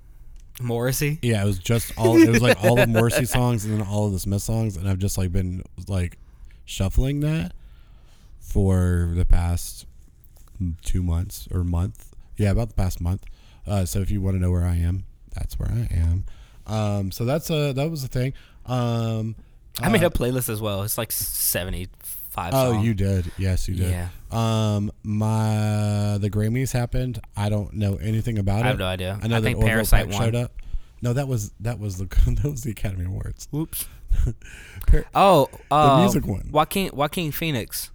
[SPEAKER 1] Morrissey.
[SPEAKER 2] yeah, it was just all it was like all the Morrissey songs and then all of the Smith songs, and I've just like been like shuffling that for the past two months or month. Yeah, about the past month. Uh, so if you want to know where I am, that's where I am. Um, so that's a that was a thing. Um,
[SPEAKER 1] I made a playlist as well. It's like seventy five.
[SPEAKER 2] Oh, you did. Yes, you did.
[SPEAKER 1] Yeah.
[SPEAKER 2] Um, my the Grammys happened. I don't know anything about it.
[SPEAKER 1] I have no idea.
[SPEAKER 2] I know
[SPEAKER 1] I
[SPEAKER 2] that
[SPEAKER 1] think
[SPEAKER 2] Orville
[SPEAKER 1] Parasite
[SPEAKER 2] Peck showed
[SPEAKER 1] won.
[SPEAKER 2] up. No, that was that was the that was the Academy Awards.
[SPEAKER 1] Oops.
[SPEAKER 2] Per-
[SPEAKER 1] Oh, um,
[SPEAKER 2] music one.
[SPEAKER 1] Joaquin Joaquin Phoenix.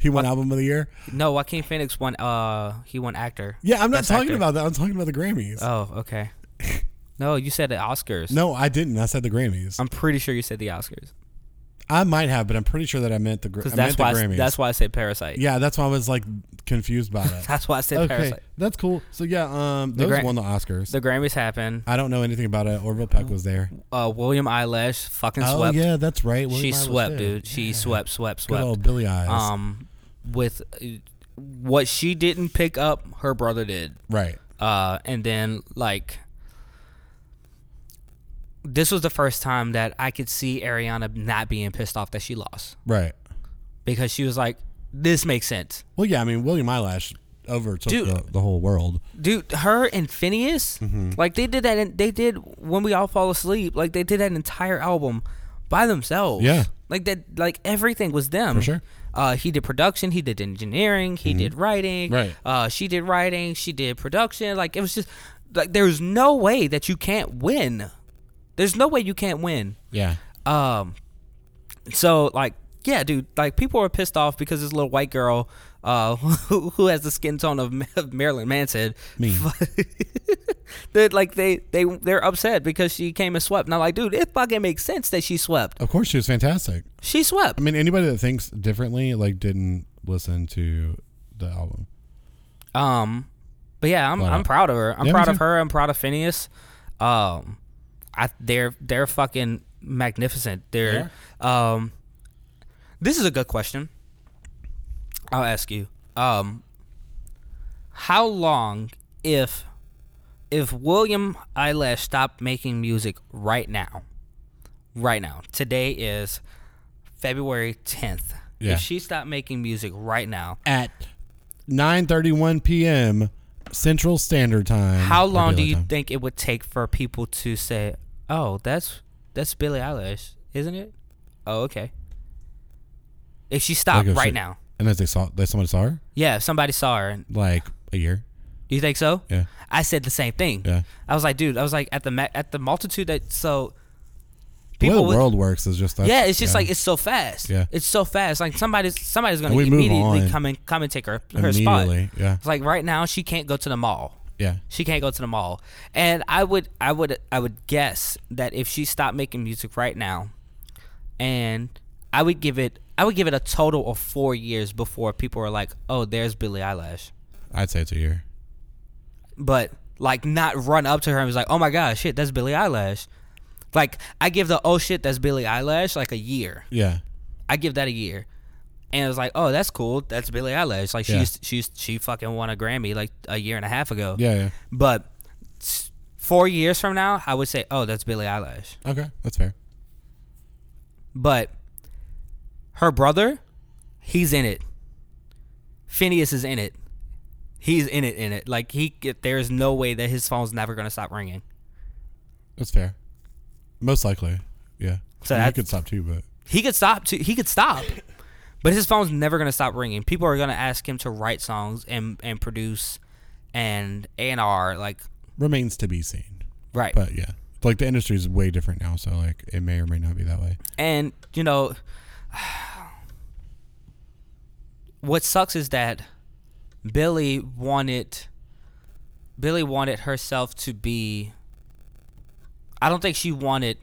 [SPEAKER 2] He won Album of the Year.
[SPEAKER 1] No, Joaquin Phoenix won. Uh, he won actor.
[SPEAKER 2] Yeah, I'm not
[SPEAKER 1] Best
[SPEAKER 2] talking
[SPEAKER 1] actor.
[SPEAKER 2] about that. I'm talking about the Grammys.
[SPEAKER 1] Oh, okay. No, you said the Oscars.
[SPEAKER 2] no, I didn't. I said the Grammys.
[SPEAKER 1] I'm pretty sure you said the Oscars
[SPEAKER 2] i might have, but I'm pretty sure that I meant the, Gra- I
[SPEAKER 1] because that's
[SPEAKER 2] meant the
[SPEAKER 1] why
[SPEAKER 2] Grammys.
[SPEAKER 1] that's why I said Parasite.
[SPEAKER 2] yeah, that's why I was like confused by it.
[SPEAKER 1] That's why I said
[SPEAKER 2] okay,
[SPEAKER 1] Parasite.
[SPEAKER 2] that's cool. So yeah, um, those
[SPEAKER 1] Gra-
[SPEAKER 2] won the Oscars.
[SPEAKER 1] The Grammys happened.
[SPEAKER 2] I don't know anything about it. Orville Peck was there.
[SPEAKER 1] Uh, William Eyelash fucking
[SPEAKER 2] Oh
[SPEAKER 1] swept.
[SPEAKER 2] yeah, that's right. William
[SPEAKER 1] she
[SPEAKER 2] Hyatt was
[SPEAKER 1] swept,
[SPEAKER 2] there.
[SPEAKER 1] dude. She swept, swept,
[SPEAKER 2] Good
[SPEAKER 1] swept.
[SPEAKER 2] old Billy Eyes.
[SPEAKER 1] um, with uh, what she didn't pick up, her brother did.
[SPEAKER 2] right.
[SPEAKER 1] uh, and then like this was the first time that I could see Ariana not being pissed off that she lost
[SPEAKER 2] Right.
[SPEAKER 1] because she was like, "This makes sense,
[SPEAKER 2] Well, yeah. I mean, William Eyelash overtook
[SPEAKER 1] Dude.
[SPEAKER 2] the, the whole world.
[SPEAKER 1] dude." Her and Phineas,
[SPEAKER 2] Mm-hmm.
[SPEAKER 1] like they did that. In, they did when we all fall asleep. Like they did that entire album by themselves.
[SPEAKER 2] Yeah.
[SPEAKER 1] like that. Like everything was them. For
[SPEAKER 2] sure. Mm-hmm.
[SPEAKER 1] Uh, he did production. He did engineering. He did writing.
[SPEAKER 2] Right.
[SPEAKER 1] Uh, she did writing. She did production. Like it was just like there's no way that you can't win. There's no way you can't win.
[SPEAKER 2] Yeah.
[SPEAKER 1] Um, so like, yeah, dude, like people are pissed off because this little white girl, uh, who, who has the skin tone of Ma- of Marilyn Manson,
[SPEAKER 2] Mean.
[SPEAKER 1] that like they they they're upset because she came and swept. Now, like, dude, it fucking makes sense that she swept.
[SPEAKER 2] Of course, she was fantastic.
[SPEAKER 1] She swept.
[SPEAKER 2] I mean, anybody that thinks differently like didn't listen to the album.
[SPEAKER 1] Um, But yeah, I'm
[SPEAKER 2] Flat
[SPEAKER 1] I'm
[SPEAKER 2] out.
[SPEAKER 1] proud of her. I'm
[SPEAKER 2] uh, Yeah, me
[SPEAKER 1] proud of
[SPEAKER 2] too.
[SPEAKER 1] her. I'm proud of Phineas. Um, I they're they're fucking magnificent. They're um, this is a good question. I'll ask you. Um, how long if if William Eyelash stopped making music right now, right now, today is February 10th.
[SPEAKER 2] Yeah.
[SPEAKER 1] If she stopped making music right now,
[SPEAKER 2] at 9:31 p.m. Central Standard Time.
[SPEAKER 1] How
[SPEAKER 2] or
[SPEAKER 1] long do
[SPEAKER 2] Daylight
[SPEAKER 1] you
[SPEAKER 2] Time.
[SPEAKER 1] think it would take for people to say, "Oh, that's that's Billie Eilish, isn't it?" Oh, okay. If she stopped
[SPEAKER 2] Like if
[SPEAKER 1] right
[SPEAKER 2] she-
[SPEAKER 1] now,
[SPEAKER 2] And as they saw, that somebody saw her,
[SPEAKER 1] yeah, if somebody saw her. and-
[SPEAKER 2] like a year.
[SPEAKER 1] Do you think so?
[SPEAKER 2] Yeah,
[SPEAKER 1] I said the same thing.
[SPEAKER 2] yeah.
[SPEAKER 1] I was like, dude, I was like at the ma- at the multitude that so
[SPEAKER 2] The way
[SPEAKER 1] people
[SPEAKER 2] the
[SPEAKER 1] would-
[SPEAKER 2] world works is just that's-
[SPEAKER 1] yeah, it's just
[SPEAKER 2] yeah.
[SPEAKER 1] like it's so fast.
[SPEAKER 2] Yeah.
[SPEAKER 1] it's so fast. Like somebody's somebody's gonna
[SPEAKER 2] And we move
[SPEAKER 1] immediately
[SPEAKER 2] on.
[SPEAKER 1] come and come and take her her spot.
[SPEAKER 2] immediately. Yeah,
[SPEAKER 1] It's like right now she can't go to the mall.
[SPEAKER 2] yeah.
[SPEAKER 1] She can't go to the mall. And I would I would I would guess that if she stopped making music right now and I would give it I would give it a total of 4 years before people are like, "Oh, there's Billie Eilish."
[SPEAKER 2] I'd say it's a year.
[SPEAKER 1] But like not run up to her and be like, "Oh my god, shit, that's Billie Eilish." Like I give the "Oh shit, that's Billie Eilish" like a year.
[SPEAKER 2] Yeah,
[SPEAKER 1] I give that a year. And it was like, "Oh, that's cool. That's Billie Eilish." Like
[SPEAKER 2] Yeah.
[SPEAKER 1] she's she's she fucking won a Grammy like a year and a half ago.
[SPEAKER 2] yeah, yeah.
[SPEAKER 1] But s- four years from now, I would say, oh, that's Billie Eilish.
[SPEAKER 2] Okay, that's fair.
[SPEAKER 1] But her brother, he's in it. Phineas is in it. He's in it, in it. Like he, there is no way that his phone's never gonna stop ringing.
[SPEAKER 2] That's fair. Most likely. Yeah.
[SPEAKER 1] So
[SPEAKER 2] So I
[SPEAKER 1] that's-
[SPEAKER 2] could stop too, but
[SPEAKER 1] He could stop. To, he could stop, but his phone's never gonna stop ringing. People are gonna ask him to write songs and and produce, and A and R. Like
[SPEAKER 2] remains to be seen.
[SPEAKER 1] right.
[SPEAKER 2] But yeah, like the industry is way different now, so like it may or may not be that way.
[SPEAKER 1] And you know, what sucks is that Billy wanted Billy wanted herself to be. I don't think she wanted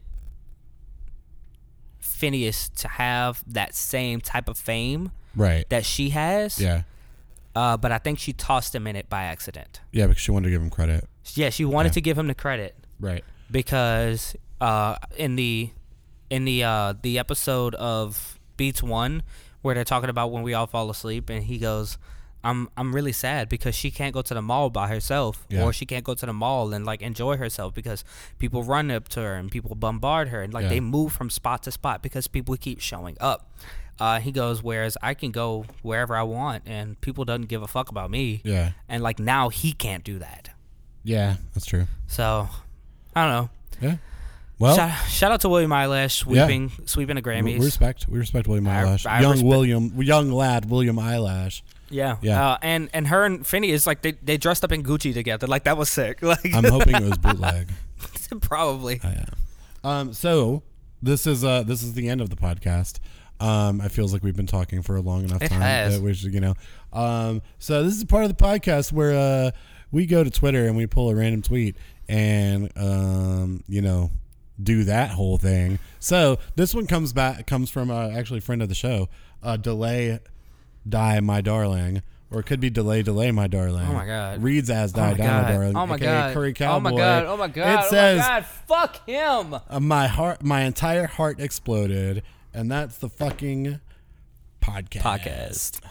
[SPEAKER 1] Phineas to have that same type of fame
[SPEAKER 2] Right.
[SPEAKER 1] that she has.
[SPEAKER 2] yeah.
[SPEAKER 1] Uh, but I think she tossed him in it by accident.
[SPEAKER 2] Yeah, because she wanted to give him credit.
[SPEAKER 1] Yeah, she wanted
[SPEAKER 2] Yeah.
[SPEAKER 1] to give him the credit
[SPEAKER 2] Right.
[SPEAKER 1] because uh, in the in the uh, the episode of Beats One where they're talking about when we all fall asleep, and he goes, "I'm I'm really sad because she can't go to the mall by herself,
[SPEAKER 2] Yeah.
[SPEAKER 1] or she can't go to the mall and like enjoy herself because people run up to her and people bombard her, and like
[SPEAKER 2] Yeah.
[SPEAKER 1] they move from spot to spot because people keep showing up." Uh, he goes, whereas I can go wherever I want, and people doesn't give a fuck about me.
[SPEAKER 2] Yeah.
[SPEAKER 1] And like now he can't do that.
[SPEAKER 2] Yeah, that's true.
[SPEAKER 1] So I don't know.
[SPEAKER 2] Yeah. Well,
[SPEAKER 1] Shout, shout out to William Eyelash
[SPEAKER 2] Yeah.
[SPEAKER 1] sweeping sweeping the
[SPEAKER 2] we
[SPEAKER 1] Grammys.
[SPEAKER 2] respect we respect William
[SPEAKER 1] I-
[SPEAKER 2] Eyelash,
[SPEAKER 1] I
[SPEAKER 2] young
[SPEAKER 1] respect-
[SPEAKER 2] William, young lad William Eyelash.
[SPEAKER 1] yeah,
[SPEAKER 2] Yeah.
[SPEAKER 1] Uh, and and her and Phineas like they, they dressed up in Gucci together. Like that was sick. Like
[SPEAKER 2] I'm hoping it was bootleg.
[SPEAKER 1] probably.
[SPEAKER 2] I am. Um, so this is uh this is the end of the podcast. Um, it feels like we've been talking for a long enough
[SPEAKER 1] It
[SPEAKER 2] time
[SPEAKER 1] has.
[SPEAKER 2] that we should, you know. Um, so this is part of the podcast where uh we go to Twitter and we pull a random tweet and um you know do that whole thing. So this one comes back comes from uh, actually a friend of the show, uh, delay die my darling. Or it could be delay, delay, my darling.
[SPEAKER 1] Oh my God.
[SPEAKER 2] Reads as
[SPEAKER 1] Oh
[SPEAKER 2] die,
[SPEAKER 1] my
[SPEAKER 2] die, my
[SPEAKER 1] god.
[SPEAKER 2] darling.
[SPEAKER 1] oh my
[SPEAKER 2] aka
[SPEAKER 1] god.
[SPEAKER 2] Curry
[SPEAKER 1] oh
[SPEAKER 2] Cowboy.
[SPEAKER 1] my god. Oh my god.
[SPEAKER 2] It
[SPEAKER 1] oh
[SPEAKER 2] says,
[SPEAKER 1] my god. Fuck him.
[SPEAKER 2] uh, my heart my entire heart exploded and that's the fucking podcast
[SPEAKER 1] Podcast.